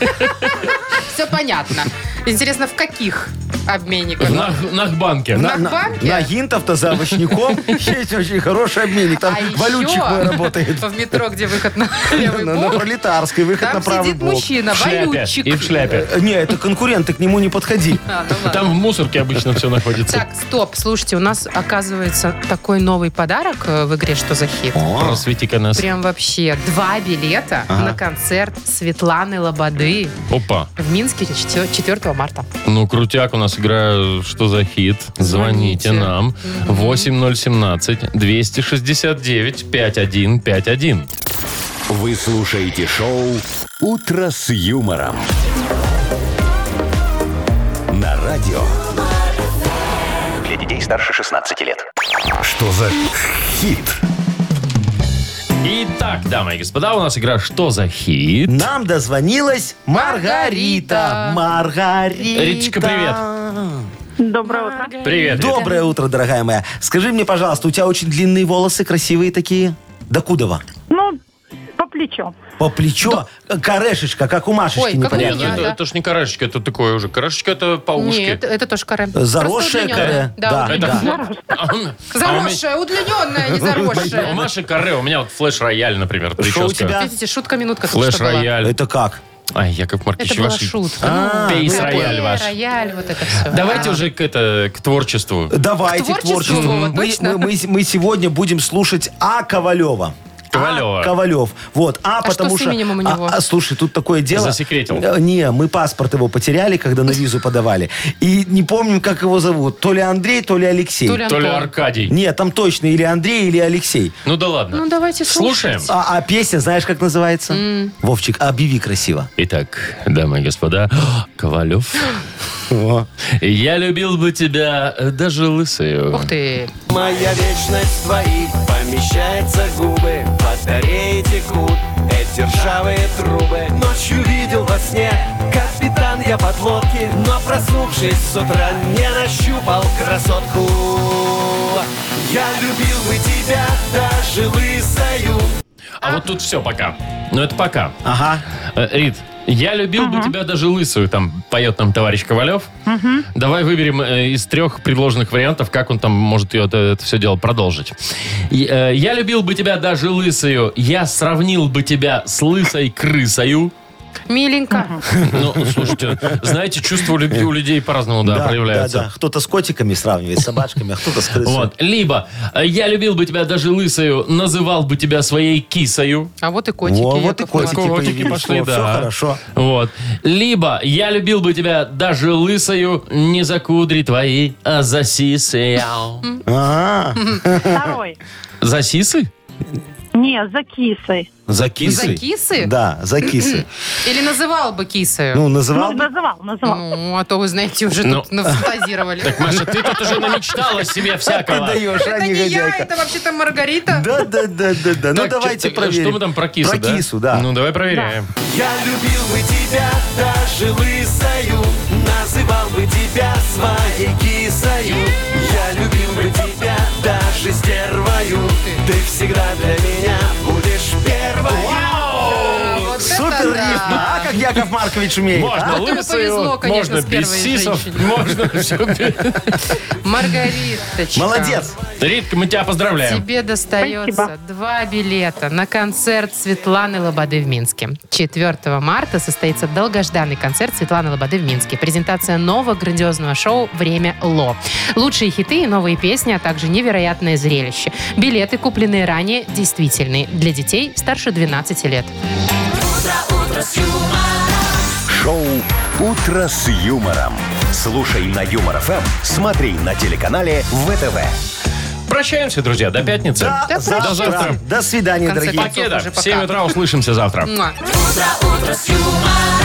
Все понятно. Интересно, в каких обменниках?
В Нах- Нахбанке.
На-
На- на-
банке?
На гинтов-то за овощником есть очень хороший обменник. Там
А еще
валютчик мой работает.
В метро, где выход на левый
На на
бок,
пролетарской, выход на
там
правый
сидит
бок.
мужчина,
В шляпе.
валютчик.
И в шляпе.
Э, Не, это конкурент, ты к нему не подходи.
А, ну ладно.
Там в мусорке обычно все находится.
Так, стоп, слушайте, у нас оказывается такой новый подарок э, в игре «Что за хит».
Просвети-ка нас.
Прям вообще два билета на концерт Светланы Лободы
Опа.
в Минске 4 марта.
Ну, крутяк у нас игра «Что за хит?». Звоните,
Звоните.
нам. 8017-269-5151.
Вы слушаете шоу «Утро с юмором». На радио.
Для детей старше 16 лет.
Что за хит?
Итак, дамы и господа, у нас игра «Что за хит?».
Нам дозвонилась Маргарита. Маргарита.
Риточка, привет.
Доброе утро.
Привет.
Доброе утро, дорогая моя. Скажи мне, пожалуйста, у тебя очень длинные волосы, красивые такие. До кудова.
Ну, по плечу.
По плечо. Э, Корешечка, как у Машечки,
Ой, как у
Нет,
непонятно.
ну
меня,
это,
да.
это ж не карашечка, это такое уже. Карашечка это по ушке.
Нет, это тоже каре.
Заросшее
Просто
каре.
удлиненное.
Да,
Да,
Это
удлиненное.
флэ- А у меня-
А
Заросшее, удлиненное, не
У
заросшее.
Маши каре, у меня вот флеш-рояль, например,
Что у
прическа.
тебя?
Видите, шутка-минутка только что была.
Флеш-рояль.
Это как?
Ай, Яков Маркич,
Это была
ваши-
шутка.
А,
Ну,
Пейс
каре,
рояль ваш.
рояль, вот это А, все.
Давайте уже к, это, к творчеству.
Давайте
К
к
творчеству,
творчеству.
Вова,
Мы- мы,
точно?
мы- мы сегодня будем слушать А. Ковалева.
Ковалева.
А. Ковалев. Вот. А, потому
что с именем у него?
А, а, слушай, тут такое дело.
Засекретил.
Э, Не, мы паспорт его потеряли, когда на визу подавали. И не помним, как его зовут. То ли Андрей, то ли Алексей.
То ли
То ли
Антон.
Аркадий.
Нет, там точно или Андрей, или Алексей.
Ну да ладно.
Ну, давайте
Слушаем.
А, а песня, знаешь, как называется? Вовчик, объяви красиво.
Итак, дамы и господа, Ковалев, я любил бы тебя э, даже лысою.
Ух ты.
Моя вечность в твоих помещается губы Батареи текут, эти ржавые трубы Ночью видел во сне, капитан я под лодки Но проснувшись с утра, не нащупал красотку Я любил бы тебя даже лысою
А вот тут все пока. Ну это пока.
Ага.
Э, Рит, я любил бы тебя даже лысую, там поет нам товарищ Ковалев. Давай выберем э, из трех предложенных вариантов, как он там может ее это, все дело продолжить. И, э, я любил бы тебя даже лысую, я сравнил бы тебя с лысой крысою.
Миленько.
Ну, слушайте, знаете, чувство любви у людей по-разному, да, проявляется.
Да, да. Кто-то с котиками сравнивает, с собачками, а кто-то с крысой.
Вот. Либо э, я любил бы тебя даже лысою, называл бы тебя своей кисою.
А вот и котики.
Во, вот и
Яков Маркович.
котики,
Котики
появились.
пошли,
Во,
да.
Все хорошо.
Вот. Либо я любил бы тебя даже лысою, не за кудри твои, а за сисы.
Ага.
Второй.
За сисы?
Не, за кисой.
За
За кисы?
Да, за кисы.
Или называл бы кисою?
Ну,
Ну,
называл? бы?
называл, называл.
Ну, а то вы, знаете, уже
Ну.
тут нафантазировали.
Маша, ты тут уже намечтала себе всякого.
даешь, а,
Это не я,
негодяйка.
это вообще-то Маргарита.
Да, да, да, да, да. Ну
Так,
давайте
чё-
проверим.
Что мы там про кису,
Про
да?
кису, да.
Ну, давай проверяем.
Я любил бы тебя даже лысою Называл бы тебя своей кисою Я любил бы тебя даже стервою Ты всегда для меня будешь первой
А вот это
Супер
да.
рифма, а как Яков Маркович умеет.
Можно
а?
Тут ему
лысую,
повезло, конечно,
можно
с
без
первой
сисов,
женщиной.
можно все.
Маргариточка.
Молодец.
Ритка, мы тебя поздравляем.
Тебе достается
Спасибо.
два билета на концерт Светланы Лободы в Минске. 4 марта состоится долгожданный концерт Светланы Лободы в Минске. Презентация нового грандиозного шоу «Время Ло». Лучшие хиты и новые песни, а также невероятное зрелище. Билеты, купленные ранее, действительные. Для детей старше 12 лет.
Шоу «Утро с юмором». Слушай на Юмор ФМ, смотри на телеканале ВТВ.
Прощаемся, друзья, до пятницы.
Да,
До завтра.
До свидания,
В конце
дорогие.
концов,
Покеда.
уже
В 7
пока.
утра услышимся завтра.
Муа.
утро, утро с юмором.